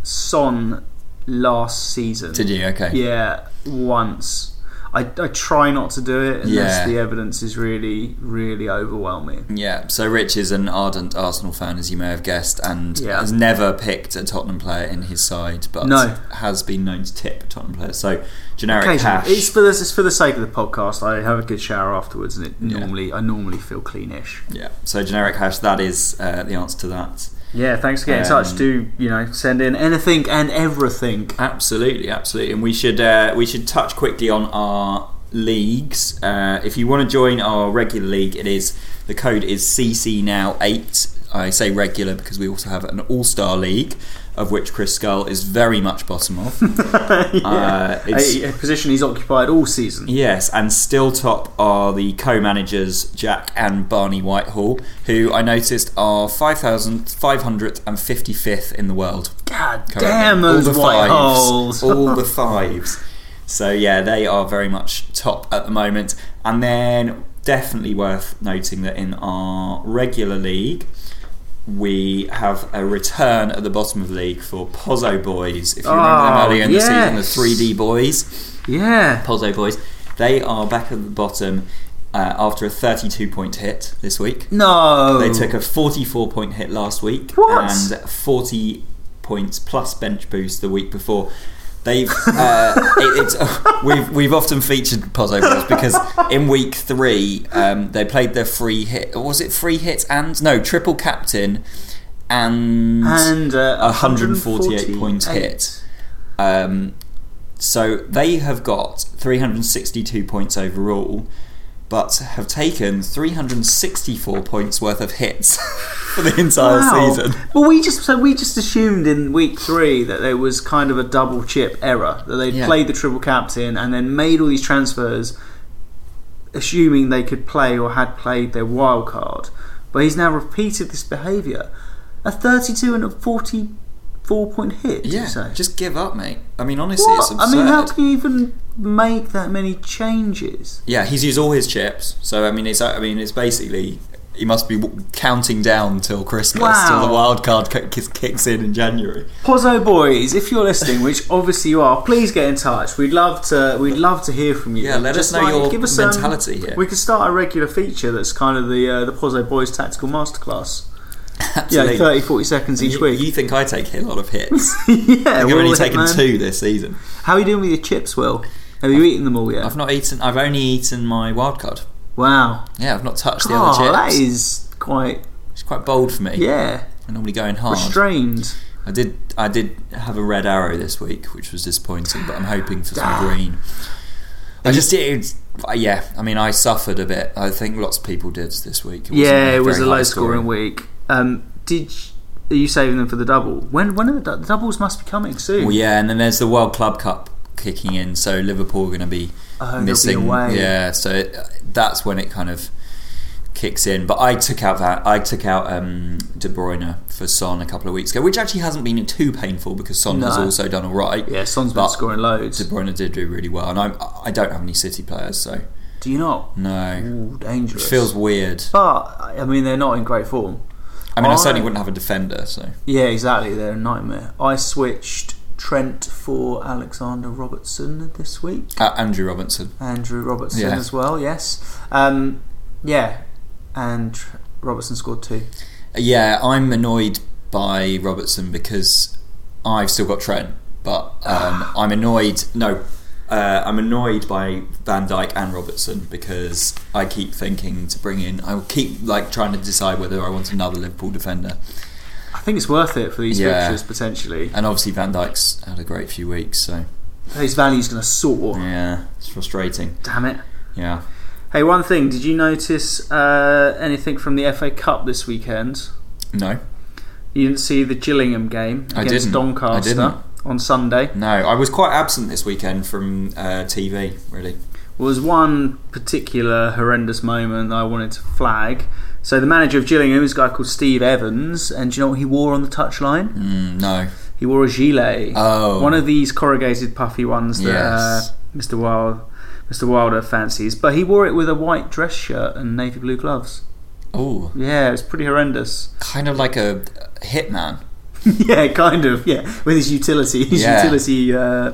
Speaker 2: Son last season.
Speaker 1: Did you? Okay.
Speaker 2: Yeah, once. I, I try not to do it unless
Speaker 1: Yeah.
Speaker 2: the evidence is really, really overwhelming.
Speaker 1: Yeah, so Rich is an ardent Arsenal fan, as you may have guessed, and
Speaker 2: Yeah.
Speaker 1: has never picked a Tottenham player in his side, but
Speaker 2: No.
Speaker 1: has been known to tip a Tottenham player. So generic
Speaker 2: Occasionally.
Speaker 1: cash.
Speaker 2: It's for this. It's for the sake of the podcast. I have a good shower afterwards, and it
Speaker 1: Yeah.
Speaker 2: normally I normally feel cleanish.
Speaker 1: Yeah, so generic hash. That is uh, the answer to that.
Speaker 2: Yeah, thanks for getting in
Speaker 1: Um,
Speaker 2: touch. Do you know send in anything and
Speaker 1: [LAUGHS]
Speaker 2: everything?
Speaker 1: Absolutely, absolutely. And we should uh, we should touch quickly on our leagues. Uh, if you want to join our regular league, it is the code is CC now eight. I say regular because we also have an All Star League, of which Chris Skull is very much bottom of.
Speaker 2: yeah.
Speaker 1: Uh, it's-
Speaker 2: [LAUGHS] a, a position he's occupied all season.
Speaker 1: Yes, and still top are the co-managers Jack and Barney Whitehall, who I noticed are 5,555th in the world.
Speaker 2: God
Speaker 1: currently.
Speaker 2: damn those white
Speaker 1: [LAUGHS]
Speaker 2: holes!
Speaker 1: all
Speaker 2: [LAUGHS]
Speaker 1: the fives. So yeah, they are very much top at the moment. And then definitely worth noting that in our regular league, we have a return at the bottom of the league for Pozzo Boys. If you remember
Speaker 2: Oh,
Speaker 1: them earlier in the
Speaker 2: yes.
Speaker 1: season, the 3D Boys.
Speaker 2: yeah,
Speaker 1: Pozzo boys. They are back at the bottom uh, after a 32 point hit this week.
Speaker 2: no.
Speaker 1: They took a 44 point hit last week
Speaker 2: What?
Speaker 1: and 40 points plus bench boost the week before. They've uh, [LAUGHS] it, it's, [LAUGHS] we've we've often featured Pozzo boys because in week three um, they played their free hit. Was it free hits and no triple captain and
Speaker 2: and uh,
Speaker 1: a 148 point
Speaker 2: 148.
Speaker 1: hit. Um, so they have got 362 points overall, but have taken 364 points worth of hits [LAUGHS] for the entire
Speaker 2: Wow.
Speaker 1: season.
Speaker 2: Well, we just so we just assumed in week three that there was kind of a double chip error that they
Speaker 1: Yeah.
Speaker 2: played the triple captain and then made all these transfers, assuming they could play or had played their wild card. But he's now repeated this behaviour: a thirty-two and a forty-four point hit. did you
Speaker 1: Yeah,
Speaker 2: say?
Speaker 1: just give up, mate. I mean, honestly, it's
Speaker 2: what?
Speaker 1: absurd.
Speaker 2: I mean, how can you even make that many changes?
Speaker 1: yeah, he's used all his chips. So I mean, it's I mean, it's basically he must be w- counting down till Christmas, till
Speaker 2: Wow.
Speaker 1: the wild card ki- ki- kicks in in January.
Speaker 2: Pozzo boys, if you're
Speaker 1: [LAUGHS]
Speaker 2: listening, which obviously you are, please get in touch. We'd love to. We'd love to hear from you.
Speaker 1: Yeah, let us know your
Speaker 2: um,
Speaker 1: mentality here.
Speaker 2: we could start a regular feature that's kind of the uh, the Pozzo boys tactical masterclass. [LAUGHS] Yeah, 30, 40 seconds each
Speaker 1: you,
Speaker 2: week.
Speaker 1: you think I take a lot of
Speaker 2: [LAUGHS]
Speaker 1: hits?
Speaker 2: yeah,
Speaker 1: I've
Speaker 2: we're all
Speaker 1: only
Speaker 2: hit,
Speaker 1: taken
Speaker 2: man.
Speaker 1: two this season.
Speaker 2: How are you doing with your chips, Will? Have you eaten them all yet?
Speaker 1: I've not eaten. I've only eaten my wild card.
Speaker 2: wow,
Speaker 1: Yeah, I've not touched the
Speaker 2: oh,
Speaker 1: other
Speaker 2: that
Speaker 1: chips. Oh,
Speaker 2: is quite
Speaker 1: It's quite bold for me.
Speaker 2: yeah
Speaker 1: I normally go in hard.
Speaker 2: restrained.
Speaker 1: I did. I did have a red arrow this week, which was disappointing. But I'm hoping for
Speaker 2: Ah.
Speaker 1: some green. I just did. uh, Yeah, I mean, I suffered a bit. I think lots of people did this week. wasn't
Speaker 2: Yeah, it was
Speaker 1: very
Speaker 2: a
Speaker 1: high
Speaker 2: low scoring
Speaker 1: scoring.
Speaker 2: week. Um, did y- are you saving them for the double? When when are the, dou- the doubles must be coming soon?
Speaker 1: Well, yeah, and then there's the World Club Cup kicking in, so Liverpool are going to be
Speaker 2: Oh, they'll be
Speaker 1: missing.
Speaker 2: away.
Speaker 1: Yeah, so it, that's when it kind of kicks in. But I took out that I took out um, De Bruyne for Son a couple of weeks ago, which actually hasn't been too painful because Son has
Speaker 2: No.
Speaker 1: also done all right.
Speaker 2: Yeah, Son's been
Speaker 1: But
Speaker 2: scoring loads.
Speaker 1: De Bruyne did do really well, and I I don't have any City players, so
Speaker 2: Do you not?
Speaker 1: no,
Speaker 2: Ooh,
Speaker 1: it
Speaker 2: dangerous.
Speaker 1: feels weird.
Speaker 2: But I mean, they're not in great form.
Speaker 1: I mean, I
Speaker 2: I-
Speaker 1: certainly wouldn't have a defender, so
Speaker 2: Yeah, exactly. They're a nightmare. I switched Trent for Alexander Robertson this week.
Speaker 1: uh, Andrew Robinson.
Speaker 2: Andrew Robertson
Speaker 1: Yeah.
Speaker 2: as well. Yes. Um, yeah, and Tr- Robertson scored two.
Speaker 1: Yeah, I'm annoyed by Robertson because I've still got Trent, but um, I'm annoyed. No, uh, I'm annoyed by Van Dyke and Robertson because I keep thinking to bring in. I keep like trying to decide whether I want another Liverpool defender,
Speaker 2: I think it's worth it for these
Speaker 1: Yeah.
Speaker 2: fixtures potentially.
Speaker 1: and obviously Van Dyke's had a great few weeks, so
Speaker 2: His value's going to soar.
Speaker 1: yeah, it's frustrating.
Speaker 2: Damn it.
Speaker 1: Yeah,
Speaker 2: Hey, one thing. Did you notice uh, anything from the FA Cup this weekend?
Speaker 1: no,
Speaker 2: You didn't see the Gillingham game
Speaker 1: I
Speaker 2: against
Speaker 1: didn't. I
Speaker 2: Doncaster
Speaker 1: didn't.
Speaker 2: on Sunday.
Speaker 1: no, I was quite absent this weekend from uh, TV. Really,
Speaker 2: was one particular horrendous moment I wanted to flag. So the manager of Gillingham is a guy called Steve Evans, and do you know what he wore on the touchline?
Speaker 1: mm, no.
Speaker 2: He wore a gilet.
Speaker 1: Oh,
Speaker 2: One of these corrugated puffy ones that
Speaker 1: Yes.
Speaker 2: uh, Mr. Wilde, Mr. Wilder fancies, but he wore it with a white dress shirt and navy blue gloves.
Speaker 1: oh,
Speaker 2: Yeah, it was pretty horrendous. [LAUGHS]
Speaker 1: kind of like a hitman.
Speaker 2: yeah, kind of. Yeah, with his utility, his
Speaker 4: Yeah.
Speaker 2: utility uh,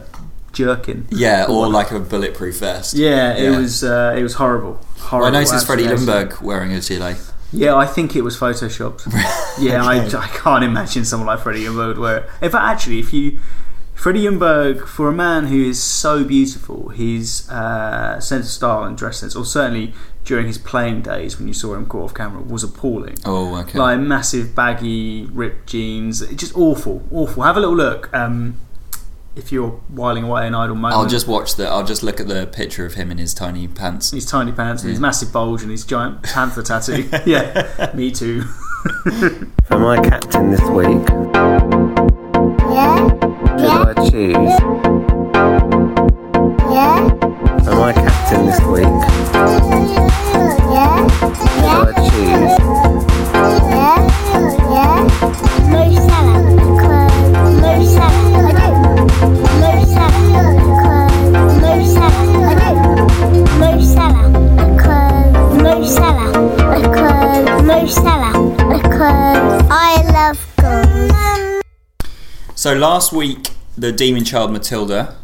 Speaker 2: jerkin.
Speaker 4: Yeah, or like a bulletproof vest.
Speaker 2: Yeah, it
Speaker 4: Yeah.
Speaker 2: was uh, it was horrible. Horrible.
Speaker 4: I noticed Freddie
Speaker 2: absolutely.
Speaker 4: Lundberg wearing a gilet.
Speaker 2: Yeah, I think it was
Speaker 4: [LAUGHS]
Speaker 2: photoshopped. [LAUGHS] yeah,
Speaker 4: Okay.
Speaker 1: [LAUGHS]
Speaker 2: I, I can't imagine someone like Freddie Yumberg would wear it. In fact, actually, if you Freddie Yumberg, for a man who is so beautiful, his uh, sense of style and dress sense, or certainly during his playing days when you saw him caught off camera, was appalling.
Speaker 4: Oh, okay.
Speaker 2: Like massive baggy ripped jeans, It's just awful, awful. Have a little look. Um, if you're whiling away an idle moment,
Speaker 4: I'll just watch the. I'll just look at the picture of him in his tiny pants.
Speaker 2: his tiny pants and his massive bulge and his giant panther
Speaker 1: [LAUGHS]
Speaker 2: tattoo. yeah, me too.
Speaker 5: For my captain this week,
Speaker 6: Yeah,
Speaker 5: who do I choose?
Speaker 6: yeah,
Speaker 5: For my captain this week,
Speaker 6: yeah,
Speaker 5: who do I choose?
Speaker 6: yeah, yeah. Mo Salah, because Mo Salah, I do. Mo Salah, because Mo Salah, I do. Mo Salah, because Mo Salah, because Mo Salah, because I love goals.
Speaker 1: So last week, the demon child Matilda,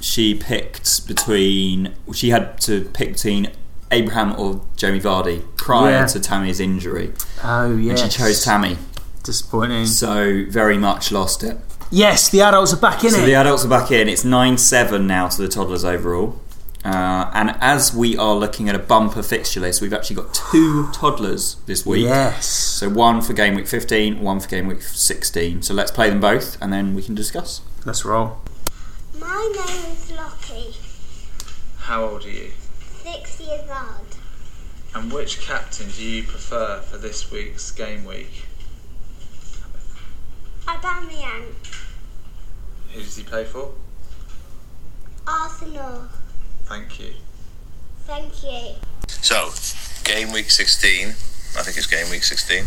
Speaker 1: she picked between she had to pick between Abraham or Jamie Vardy prior
Speaker 2: Yeah.
Speaker 1: to Tammy's injury,
Speaker 2: Oh yeah,
Speaker 1: and she chose Tammy.
Speaker 2: Disappointing.
Speaker 1: So very much lost it.
Speaker 2: Yes, the adults are back in
Speaker 1: So
Speaker 2: it.
Speaker 1: the adults are back in. It's nine seven now to the toddlers overall. Uh, and as we are looking at a bumper fixture list, we've actually got two toddlers this week.
Speaker 2: yes.
Speaker 1: So one for game week 15, one for game week 16. So let's play them both and then we can discuss.
Speaker 2: Let's roll.
Speaker 6: My name is Lockie,
Speaker 7: How old are you?
Speaker 6: six years old.
Speaker 7: And which captain do you prefer for this week's game week?
Speaker 6: Adamian.
Speaker 7: Who does he play for?
Speaker 6: Arsenal.
Speaker 7: Thank you.
Speaker 6: Thank you.
Speaker 8: So, game week 16, I think it's game week 16.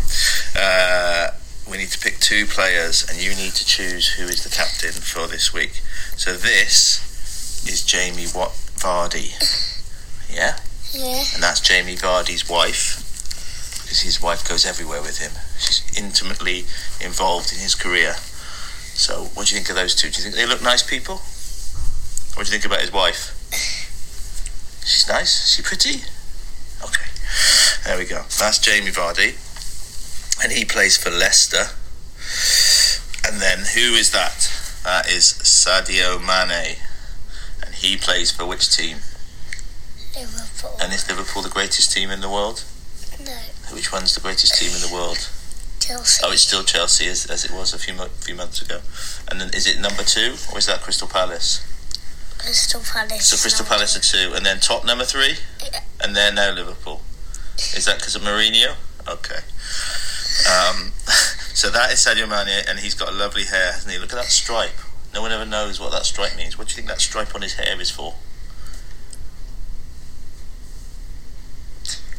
Speaker 8: Uh, we need to pick two players, and you need to choose who is the captain for this week. So, this is Jamie Wat- Vardy. Yeah?
Speaker 6: Yeah.
Speaker 8: And that's Jamie Vardy's wife, because his wife goes everywhere with him. She's intimately involved in his career. So, what do you think of those two? Do you think they look nice people? What do you think about his wife? She's nice. Is she pretty? Okay. There we go. That's Jamie Vardy. And he plays for Leicester. And then who is that? That is Sadio Mane. And he plays for which team?
Speaker 6: Liverpool.
Speaker 8: And is Liverpool the greatest team in the world?
Speaker 6: No,
Speaker 8: Which one's the greatest team in the world?
Speaker 6: Chelsea.
Speaker 8: Oh, it's still Chelsea, as, as it was a few, mo- few months ago. And then is it number two, or is that Crystal Palace?
Speaker 6: Crystal Palace.
Speaker 8: So Crystal Palace are two, and then Tottenham are three, and they're now Liverpool. Is that because of Mourinho? Okay. Um, [LAUGHS] so that is Sadio Mane, and he's got lovely hair, hasn't he? Look at that stripe. No one ever knows what that stripe means. What do you think that stripe on his hair is for?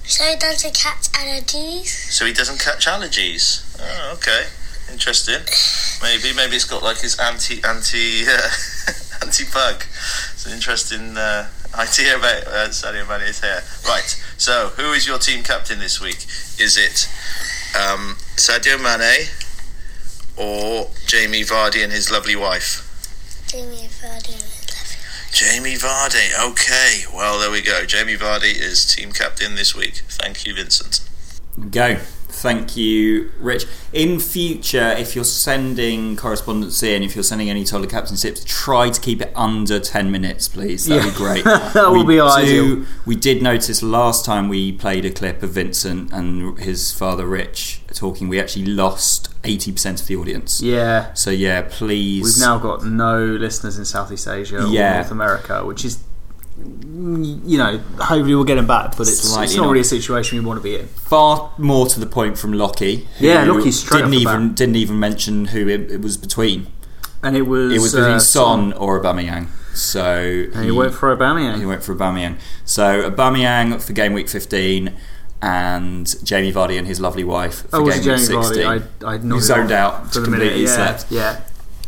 Speaker 6: So does the cat allergies?
Speaker 8: So he doesn't catch allergies. Oh, okay. Interesting. Maybe, maybe it's got like his anti anti [LAUGHS] uh, anti bug. It's an interesting uh, idea about uh, Sadio Mane's hair. Right. So, who is your team captain this week? Is it um, Sadio Mane or Jamie Vardy and his lovely wife?
Speaker 6: Do me a Friday and
Speaker 8: Jamie Vardy. Okay. Well, there we go. Jamie Vardy is team captain this week. Thank you, Vincent.
Speaker 1: Go. Thank you, Rich. In future, if you're sending correspondence in, if you're sending any toddler captain tips, try to keep it under 10 minutes, please. That'd
Speaker 2: Yeah.
Speaker 1: be great.
Speaker 2: [LAUGHS] That would
Speaker 1: We
Speaker 2: be ideal.
Speaker 1: We did notice last time we played a clip of Vincent and his father, Rich, talking. We actually lost 80% of the audience.
Speaker 2: Yeah.
Speaker 1: So, yeah, please.
Speaker 2: We've now got no listeners in Southeast Asia or
Speaker 1: Yeah.
Speaker 2: North America, which is, you know, hopefully we'll get them back, but it's,
Speaker 1: Slightly
Speaker 2: it's not
Speaker 1: not.
Speaker 2: really a situation we want to be in.
Speaker 1: far more to the point from Lockie. who
Speaker 2: Yeah, Lockie's straight
Speaker 1: didn't
Speaker 2: off the
Speaker 1: even didn't even mention who it, it was between.
Speaker 2: And it was.
Speaker 1: It was
Speaker 2: uh,
Speaker 1: between Son or Aubameyang. So
Speaker 2: And he went for
Speaker 1: he
Speaker 2: Aubameyang.
Speaker 1: went for Aubameyang. So Aubameyang for game week fifteen, and Jamie Vardy and his lovely wife for
Speaker 2: Oh, was
Speaker 1: game
Speaker 2: it Jamie
Speaker 1: week sixteen.
Speaker 2: Vardy? I, I
Speaker 1: You
Speaker 2: nodded
Speaker 1: zoned
Speaker 2: off
Speaker 1: out,
Speaker 2: for the
Speaker 1: completely
Speaker 2: minute. Yeah,
Speaker 1: slept.
Speaker 2: yeah.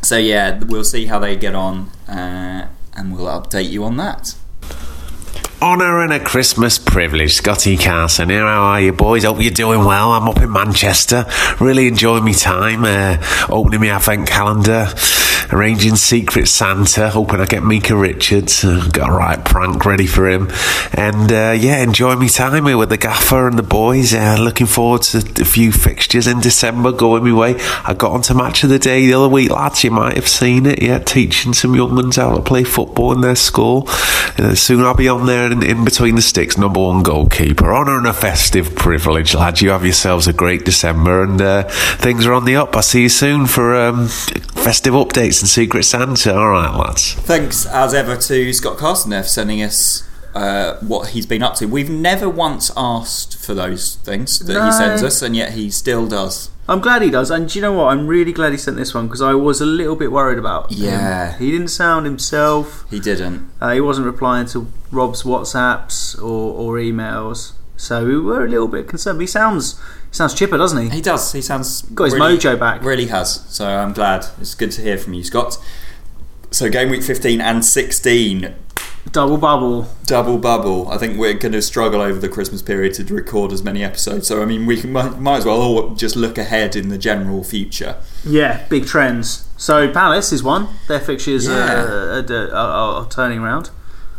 Speaker 1: So yeah, we'll see how they get on, uh, and we'll update you on that.
Speaker 9: Honour and a Christmas privilege, Scotty Carson. Here, how are you, boys? Hope you're doing well. I'm up in Manchester, really enjoying my time, uh, opening my advent calendar, arranging Secret Santa, hoping I get Mika Richards. Uh, got a right prank ready for him. And uh, yeah, enjoying my time here with the gaffer and the boys. Uh, looking forward to a few fixtures in December going my way. I got onto match of the day the other week, lads. You might have seen it, yeah, teaching some young ones how to play football in their school. Uh, soon I'll be on there in, in between the sticks, number one goalkeeper. Honour and a festive privilege, lads. You have yourselves a great December and uh, things are on the up. I'll see you soon for um, festive updates and Secret Santa. All right, lads.
Speaker 1: Thanks as ever to Scott Carson there for sending us uh, what he's been up to. We've never once asked for those things that
Speaker 2: No.
Speaker 1: he sends us, and yet he still does.
Speaker 2: I'm glad he does, and do you know what? I'm really glad he sent this one because I was a little bit worried about. him.
Speaker 1: Yeah.
Speaker 2: he didn't sound himself.
Speaker 1: He didn't.
Speaker 2: Uh, he wasn't replying to Rob's WhatsApps or, or emails, so we were a little bit concerned. But he sounds he sounds chipper, doesn't he?
Speaker 1: He does. He sounds
Speaker 2: Got his mojo back.
Speaker 1: Really has. So I'm glad. It's good to hear from you, Scott. So game week 15 and 16
Speaker 2: Double bubble.
Speaker 1: double bubble. I think we're going to struggle over the Christmas period to record as many episodes. So I mean, we can, might, might as well all just look ahead in the general future.
Speaker 2: Yeah, big trends. So Palace is one. Their fixtures are, are, are, are turning around.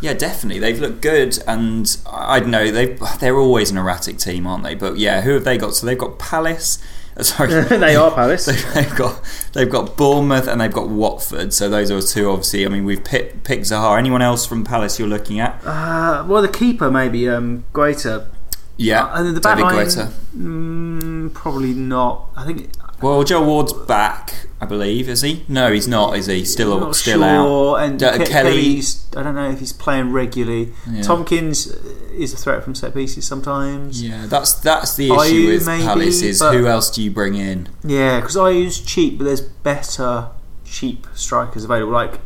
Speaker 1: Yeah, definitely. They've looked good, and I I don't know. They they're always an erratic team, aren't they? But yeah, who have they got? So they've got Palace. [LAUGHS] uh, Sorry,
Speaker 2: [LAUGHS] [LAUGHS] They are Palace.
Speaker 1: They've, [LAUGHS] they've got they've got Bournemouth and they've got Watford. So those are two, obviously. I mean, we've picked, picked Zaha. Anyone else from Palace you're looking at?
Speaker 2: Uh, well, the keeper maybe um, Guaita.
Speaker 1: yeah,
Speaker 2: uh, And then the back
Speaker 1: David
Speaker 2: line,
Speaker 1: Guetta.
Speaker 2: mm, probably not. I think
Speaker 1: Well, Joe Ward's back, I believe. Is he? No, he's not. Is he still
Speaker 2: I'm not
Speaker 1: Oh, still
Speaker 2: sure.
Speaker 1: out?
Speaker 2: And
Speaker 1: D-
Speaker 2: Ke-
Speaker 1: Kelly-
Speaker 2: Kelly's. I don't know if he's playing regularly.
Speaker 1: Yeah.
Speaker 2: Tompkins uh, is a threat from set pieces sometimes.
Speaker 1: Yeah, that's that's the
Speaker 2: Are
Speaker 1: issue
Speaker 2: you
Speaker 1: with
Speaker 2: maybe,
Speaker 1: Palace is
Speaker 2: but-
Speaker 1: who else do you bring in?
Speaker 2: Yeah, because I use cheap, but there's better cheap strikers available. Like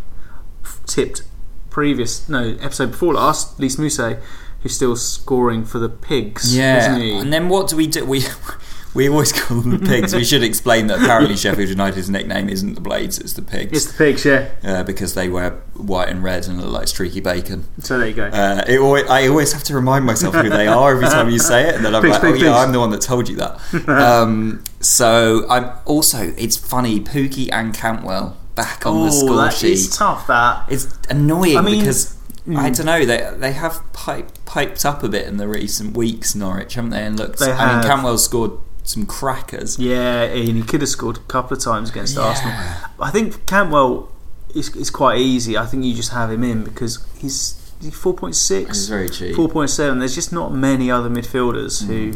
Speaker 2: tipped previous no episode before last, Lise Mousset, who's still scoring for the pigs.
Speaker 1: Yeah,
Speaker 2: isn't he?
Speaker 1: and then what do we do? We [LAUGHS] we always call them the pigs. we should explain that
Speaker 2: [LAUGHS]
Speaker 1: apparently Sheffield United's nickname isn't the Blades, it's the
Speaker 2: it's
Speaker 1: pigs
Speaker 2: the pigs. Yeah.
Speaker 1: uh, because they wear white and red and look like streaky bacon.
Speaker 2: So there you go.
Speaker 1: Uh, it always, I always have to remind myself who they are every time you say it, and then I'm
Speaker 2: Pigs,
Speaker 1: like,
Speaker 2: pigs,
Speaker 1: oh yeah,
Speaker 2: pigs."
Speaker 1: I'm the one that told you
Speaker 2: [LAUGHS]
Speaker 1: that. Um, so I'm also it's funny Pookie and Cantwell back on the
Speaker 2: oh,
Speaker 1: score
Speaker 2: that
Speaker 1: sheet.
Speaker 2: is tough. That
Speaker 1: It's annoying
Speaker 2: I mean- mm.
Speaker 1: because I don't know they they have pipe, piped up a bit in the recent weeks Norwich haven't they and looked
Speaker 2: They
Speaker 1: I mean
Speaker 2: have.
Speaker 1: Cantwell scored some crackers
Speaker 2: Yeah, and he could have scored a couple of times against
Speaker 1: Yeah.
Speaker 2: Arsenal. I think Cantwell is, is quite easy. I think you just have him in because he's four point
Speaker 1: it's
Speaker 2: six,
Speaker 1: very cheap Mm.
Speaker 2: four point seven. There's just not many other midfielders who,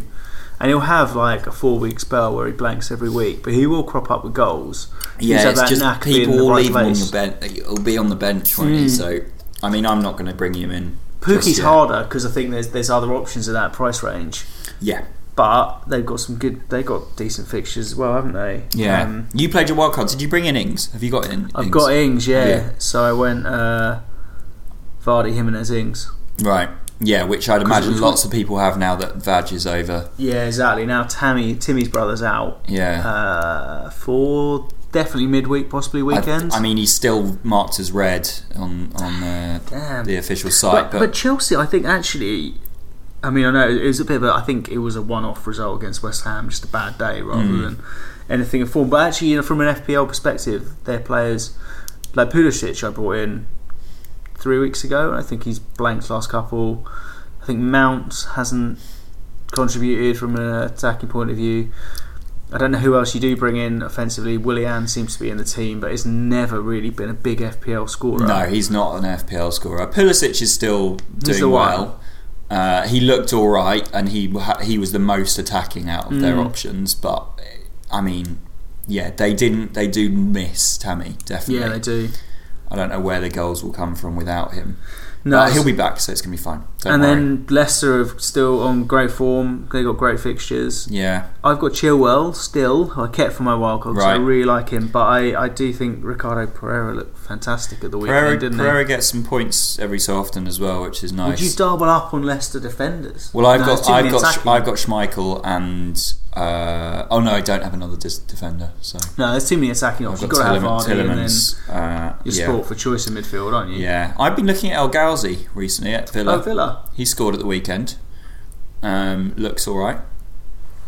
Speaker 2: and he'll have like a four week spell where he blanks every week, but he will crop up with goals. He's
Speaker 1: yeah
Speaker 2: had
Speaker 1: it's
Speaker 2: that
Speaker 1: just
Speaker 2: knack of being
Speaker 1: people
Speaker 2: in the
Speaker 1: will
Speaker 2: right
Speaker 1: leave him on
Speaker 2: place. Hmm.
Speaker 1: your bench he'll be on the bench won't he so I mean I'm not going to bring him in just
Speaker 2: Pookie's
Speaker 1: yet.
Speaker 2: harder because I think there's there's other options at that price range,
Speaker 1: yeah
Speaker 2: but they've got some good they've got decent fixtures as well, haven't they?
Speaker 1: yeah
Speaker 2: Um,
Speaker 1: you played your wild cards did you bring in Ings have you got in
Speaker 2: I've
Speaker 1: Ings?
Speaker 2: got Ings, yeah.
Speaker 1: Yeah.
Speaker 2: So I went uh, Vardy, Jimenez, Ings.
Speaker 1: right yeah which I'd imagine
Speaker 2: which
Speaker 1: lots of people have now that Vag is over
Speaker 2: Yeah, exactly. Now Tammy, Timmy's brother's out
Speaker 1: yeah
Speaker 2: uh, for definitely midweek, possibly
Speaker 1: I-
Speaker 2: weekend.
Speaker 1: I, mean, he's still marked as red on on uh,
Speaker 2: Damn.
Speaker 1: the official
Speaker 2: but,
Speaker 1: site, but,
Speaker 2: but Chelsea, I think actually. I mean, I know it was a bit, of a I think it was a one-off result against West Ham, just a bad day rather
Speaker 1: Hmm.
Speaker 2: than anything in form. But actually, you know, from an FPL perspective, their players like Pulisic, I brought in three weeks ago. I think he's blanked last couple. I think Mount hasn't contributed from an attacking point of view. I don't know who else you do bring in offensively. Willian seems to be in the team, but it's never really been a big FPL scorer.
Speaker 1: no, he's not an FPL scorer. Pulisic is still
Speaker 2: the
Speaker 1: doing
Speaker 2: one.
Speaker 1: well. Uh, he looked all right, and he ha- he was the most attacking out of
Speaker 2: Mm.
Speaker 1: their options. But I mean, yeah, they didn't. They do miss Tammy definitely.
Speaker 2: Yeah, they do.
Speaker 1: I don't know where the goals will come from without him.
Speaker 2: No,
Speaker 1: but
Speaker 2: it's-
Speaker 1: he'll be back, so it's gonna be fine. Don't
Speaker 2: and
Speaker 1: worry.
Speaker 2: then Leicester are still on great form. They got great fixtures.
Speaker 1: yeah,
Speaker 2: I've got Chilwell still. who I kept for my wild card 'cause I
Speaker 1: Right.
Speaker 2: really like him, but I, I do think Ricardo Pereira looked fantastic at the weekend,
Speaker 1: Pereira,
Speaker 2: didn't
Speaker 1: Pereira gets some points every so often as well, which is
Speaker 2: he?
Speaker 1: nice.
Speaker 2: Would you double up on Leicester defenders?
Speaker 1: Well, I've
Speaker 2: No, it's
Speaker 1: got
Speaker 2: too many
Speaker 1: I've got
Speaker 2: attacking.
Speaker 1: I've got Schmeichel and uh, oh no, I don't have another dis- defender. So
Speaker 2: no, there's too many attacking
Speaker 1: I've
Speaker 2: options.
Speaker 1: got
Speaker 2: You've got to have
Speaker 1: Tillem-
Speaker 2: Vardy, and then
Speaker 1: Tillemans. Uh,
Speaker 2: you're
Speaker 1: yeah,
Speaker 2: short for choice in midfield, aren't you?
Speaker 1: Yeah, I've been looking at El Ghazi recently at Villa.
Speaker 2: Oh, Villa.
Speaker 1: He scored at the weekend. Um, looks all right.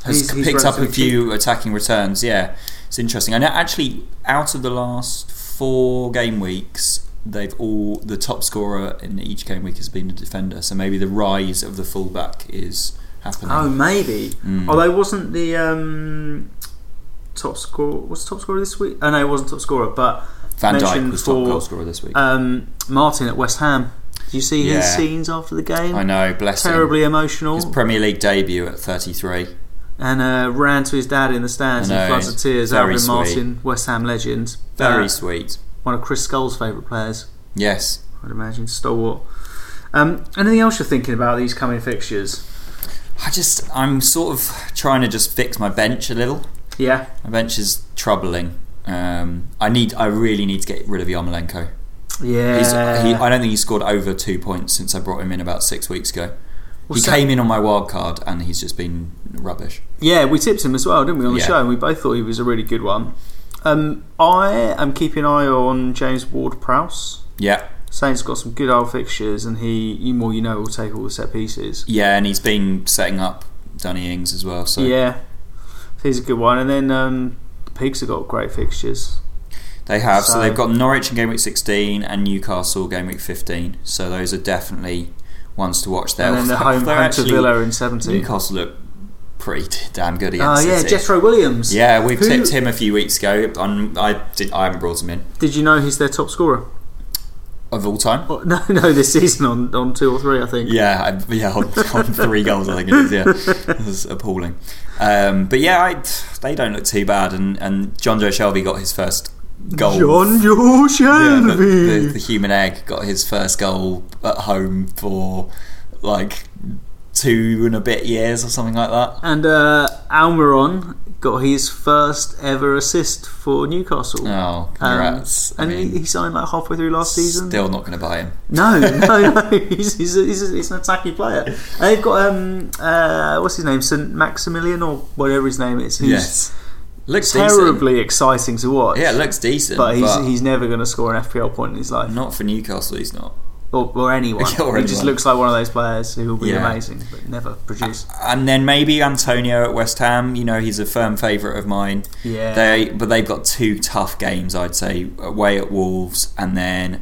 Speaker 1: Has
Speaker 2: He's- he's
Speaker 1: picked up a
Speaker 2: relatively
Speaker 1: few attacking returns. Yeah, it's interesting. And actually, out of the last four game weeks, they've all the top scorer in each game week has been a defender. So maybe the rise of the fullback is happening.
Speaker 2: Oh, maybe.
Speaker 1: Mm.
Speaker 2: Although wasn't the um, top scorer was top scorer this week? Oh no, it wasn't top scorer, but
Speaker 1: Van Dijk
Speaker 2: mentioned
Speaker 1: was
Speaker 2: for-
Speaker 1: top goal scorer this week.
Speaker 2: um, Martin at West Ham. Did you see his
Speaker 1: Yeah.
Speaker 2: scenes after the game?
Speaker 1: I know, bless him.
Speaker 2: Terribly emotional,
Speaker 1: His Premier League debut at 33.
Speaker 2: and uh, ran to his dad in the stands
Speaker 1: I
Speaker 2: in
Speaker 1: know,
Speaker 2: floods
Speaker 1: he's
Speaker 2: of tears.
Speaker 1: very
Speaker 2: Alvin
Speaker 1: sweet.
Speaker 2: Martin, West Ham legend,
Speaker 1: Very
Speaker 2: Uh,
Speaker 1: sweet.
Speaker 2: one of Chris Skull's favourite players,
Speaker 1: Yes.
Speaker 2: I'd imagine. Stalwart. Um, anything else you're thinking about these coming fixtures?
Speaker 1: I just, I'm sort of trying to just fix my bench a little.
Speaker 2: Yeah,
Speaker 1: My bench is troubling. Um, I need, I really need to get rid of Yarmolenko.
Speaker 2: yeah.
Speaker 1: He's, he, I don't think he's scored over two points since I brought him in about six weeks ago.
Speaker 2: Well,
Speaker 1: he
Speaker 2: so-
Speaker 1: came in on my wild card and he's just been rubbish.
Speaker 2: Yeah, we tipped him as well, didn't we, on the
Speaker 1: Yeah.
Speaker 2: show? And we both thought he was a really good one. Um, I am keeping an eye on James Ward Prowse.
Speaker 1: Yeah,
Speaker 2: Saints got some good old fixtures, and he, you more you know, will take all the set pieces.
Speaker 1: yeah, and he's been setting up Danny Ings as well. So
Speaker 2: Yeah, he's a good one. And then um, the Pigs have got great fixtures.
Speaker 1: They have. So,
Speaker 2: So-
Speaker 1: they've got Norwich in game week 16 and Newcastle game week 15. So those are definitely ones to watch there.
Speaker 2: and then the
Speaker 1: Although
Speaker 2: home, home to
Speaker 1: actually-
Speaker 2: Villa in 17. Oh,
Speaker 1: Newcastle look pretty damn good against
Speaker 2: yeah,
Speaker 1: City.
Speaker 2: Jethro Williams.
Speaker 1: yeah, we've
Speaker 2: Who-
Speaker 1: tipped him a few weeks ago. I'm, I, did, I haven't brought him in.
Speaker 2: Did you know he's their top scorer?
Speaker 1: Of all time?
Speaker 2: Oh, [LAUGHS] no, no, this season on, on two or three, I think.
Speaker 1: Yeah, I, yeah, on, [LAUGHS] on three goals, I think it is. Yeah, it was appalling. Um, but yeah, I, they don't look too bad. And, and John Joe Shelby got his first goal.
Speaker 2: John Joe
Speaker 1: Yeah,
Speaker 2: Shelby.
Speaker 1: the, the, the human egg got his first goal at home for like two and a bit years or something like that.
Speaker 2: And uh, Almiron got his first ever assist for Newcastle.
Speaker 1: Oh,
Speaker 2: Um,
Speaker 1: congrats! I
Speaker 2: and he-
Speaker 1: mean,
Speaker 2: he signed like halfway through last season.
Speaker 1: still not going to buy him.
Speaker 2: No, [LAUGHS] no, no. He's, he's, a, he's, a, he's an attacking player. And they've got um, uh, what's his name, Saint Maximilian or whatever his name is.
Speaker 1: [LAUGHS]
Speaker 2: Who's
Speaker 1: Yes, looks decent.
Speaker 2: terribly exciting to watch.
Speaker 1: Yeah, looks decent,
Speaker 2: but he's he's never going to score an FPL point in his life,
Speaker 1: not for Newcastle. He's not.
Speaker 2: or, or anyone.
Speaker 1: Yeah, [LAUGHS] or
Speaker 2: he just
Speaker 1: anyone.
Speaker 2: looks like one of those players who will be
Speaker 1: Yeah.
Speaker 2: amazing but never produce.
Speaker 1: And then maybe Antonio at West Ham. You know, he's a firm favourite of mine.
Speaker 2: Yeah.
Speaker 1: They but they've got two tough games, I'd say, away at Wolves and then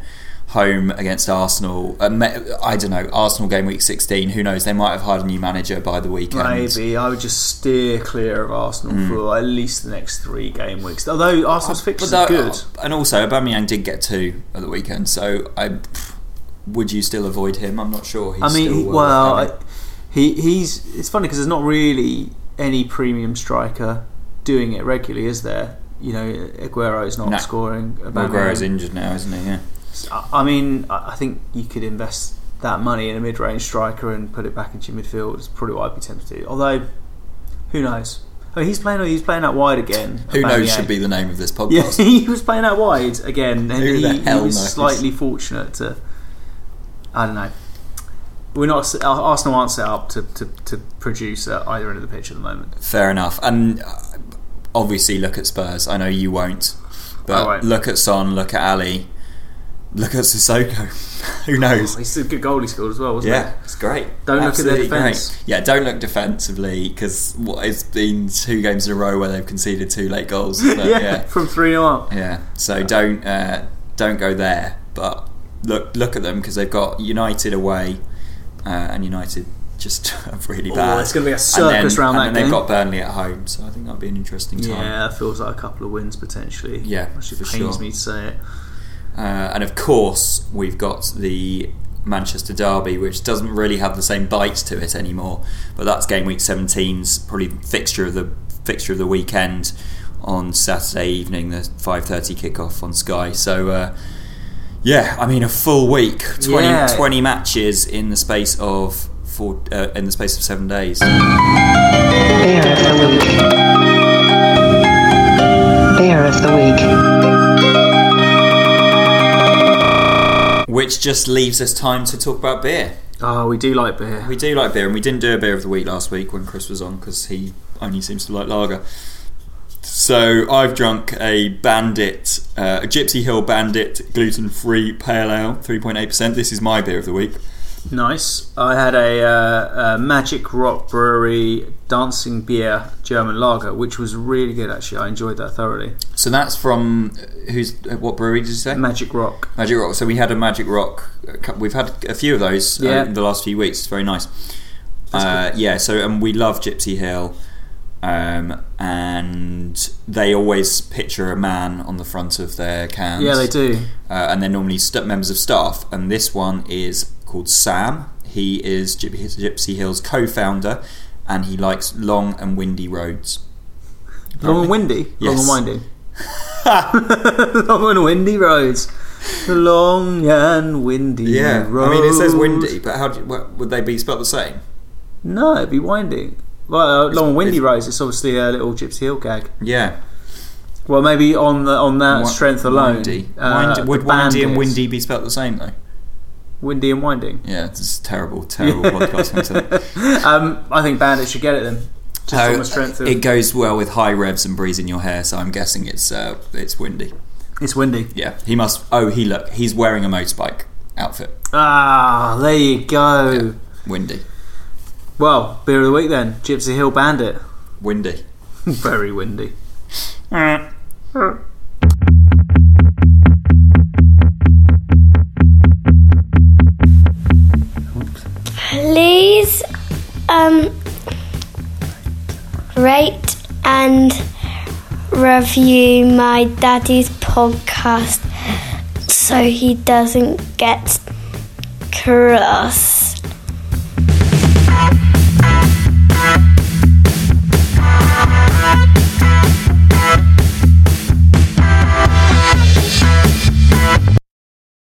Speaker 1: home against Arsenal. Uh, me- I don't know Arsenal game week sixteen. Who knows? They might have hired a new manager by the weekend.
Speaker 2: Maybe I would just steer clear of Arsenal
Speaker 1: Mm.
Speaker 2: for at least the next three game weeks. Although Arsenal's fixtures
Speaker 1: Oh,
Speaker 2: are
Speaker 1: But though- uh,
Speaker 2: good.
Speaker 1: And also, Aubameyang did get two at the weekend. So I. Would you still avoid him? I'm not sure. He's
Speaker 2: I mean,
Speaker 1: still
Speaker 2: he-
Speaker 1: worth
Speaker 2: well,
Speaker 1: having.
Speaker 2: I, he he's it's funny because there's not really any premium striker doing it regularly, is there? You know, Aguero's not
Speaker 1: No.
Speaker 2: scoring.
Speaker 1: Well,
Speaker 2: Aubameyang-
Speaker 1: Guerrero's injured now, isn't he? Yeah.
Speaker 2: I I mean, I I think you could invest that money in a mid-range striker and put it back into your midfield. It's probably what I'd be tempted to do. Although, who knows? Oh, he's playing. He's playing out wide again.
Speaker 1: Who knows?
Speaker 2: Aubameyang.
Speaker 1: Should be the name of this
Speaker 2: [LAUGHS] Yeah,
Speaker 1: podcast. [LAUGHS]
Speaker 2: he was playing out wide again, and
Speaker 1: Who
Speaker 2: he,
Speaker 1: the
Speaker 2: he
Speaker 1: hell
Speaker 2: was
Speaker 1: knows?
Speaker 2: slightly fortunate to. I don't know. We're not Ar- Arsenal aren't set up to, to, to produce at either end of the pitch at the moment.
Speaker 1: Fair enough. And uh, obviously, look at Spurs. I know you won't, but
Speaker 2: I won't.
Speaker 1: look at Son, look at Ali, look at Sissoko. [LAUGHS] Who
Speaker 2: Oh,
Speaker 1: knows?
Speaker 2: He's a good goal he scored as well, wasn't
Speaker 1: Yeah, it's great.
Speaker 2: Don't look at their
Speaker 1: Absolutely great.
Speaker 2: defence.
Speaker 1: Yeah, don't look defensively because it's been two games in a row where they've conceded two late
Speaker 2: [LAUGHS]
Speaker 1: goals.
Speaker 2: he?
Speaker 1: But,
Speaker 2: yeah,
Speaker 1: yeah,
Speaker 2: from three 0 up.
Speaker 1: yeah. So don't uh, don't go there. But look look at them because they've got United away uh, and United just [LAUGHS] are really bad.
Speaker 2: it's gonna be a
Speaker 1: And
Speaker 2: circus
Speaker 1: then,
Speaker 2: round
Speaker 1: and
Speaker 2: that
Speaker 1: then they've
Speaker 2: game.
Speaker 1: got Burnley at home, so I think that'll be an interesting time.
Speaker 2: Yeah, that feels like a couple of wins potentially.
Speaker 1: Yeah,
Speaker 2: which
Speaker 1: for
Speaker 2: pains
Speaker 1: sure.
Speaker 2: me to say it.
Speaker 1: Uh, and of course, we've got the Manchester Derby, which doesn't really have the same bite to it anymore. But that's game week 17's probably fixture of the fixture of the weekend on Saturday evening, the 5:30 kickoff on Sky. So. Uh, yeah, I mean a full week, 20,
Speaker 2: Yeah.
Speaker 1: 20 matches in the space of four, uh, in the space of seven days.
Speaker 6: Bear of the week. Bear of the week.
Speaker 1: Which just leaves us time to talk about beer.
Speaker 2: Oh, we do like beer.
Speaker 1: We do like beer, and we didn't do a beer of the week last week when Chris was on because he only seems to like lager. So I've drunk a Bandit, uh, a Gypsy Hill Bandit gluten-free pale ale, 3.8%. This is my beer of the week.
Speaker 2: Nice. I had a, uh, a Magic Rock Brewery Dancing Beer German Lager, which was really good. Actually, I enjoyed that thoroughly.
Speaker 1: So that's from uh, who's uh, what brewery did you say?
Speaker 2: Magic Rock.
Speaker 1: Magic Rock. So we had a Magic Rock. a cou- We've had a few of those
Speaker 2: Yeah.
Speaker 1: uh, in the last few weeks. It's very nice. Uh, yeah. So and we love Gypsy Hill, um, and they always picture a man on the front of their cans.
Speaker 2: Yeah, they do.
Speaker 1: Uh, and they're normally st- members of staff. And this one is called Sam. He is Gyp- Gypsy Hill's co-founder, and he likes long and windy roads. [LAUGHS]
Speaker 2: Long and windy.
Speaker 1: Yes.
Speaker 2: Long and windy. [LAUGHS] long and windy roads. Long and windy.
Speaker 1: Yeah,
Speaker 2: roads.
Speaker 1: I mean it says windy, but how do, what, would they be spelled the same?
Speaker 2: No, it'd be winding. Well, uh, long and windy
Speaker 1: it's-
Speaker 2: roads. It's obviously a little Gypsy Hill gag.
Speaker 1: Yeah,
Speaker 2: Well, maybe on the, on that
Speaker 1: Wi-
Speaker 2: strength alone,
Speaker 1: Windy. Wind-
Speaker 2: uh, the
Speaker 1: would windy and
Speaker 2: Bandits-
Speaker 1: windy be spelled the same though?
Speaker 2: windy and winding.
Speaker 1: Yeah, this is
Speaker 2: [LAUGHS]
Speaker 1: terrible, terrible podcast content.
Speaker 2: um, I think Bandit should get it then. Just on the strength of
Speaker 1: it goes well with high revs and breeze in your hair, so I'm guessing it's uh, it's windy.
Speaker 2: it's windy.
Speaker 1: Yeah, he must. Oh, he look, he's wearing a motorbike outfit.
Speaker 2: Ah, there you go.
Speaker 1: Windy,
Speaker 2: Well, beer of the week then, Gypsy Hill Bandit. [LAUGHS]
Speaker 1: windy.
Speaker 2: Very windy.
Speaker 6: Please um rate and review my daddy's podcast so he doesn't get cross.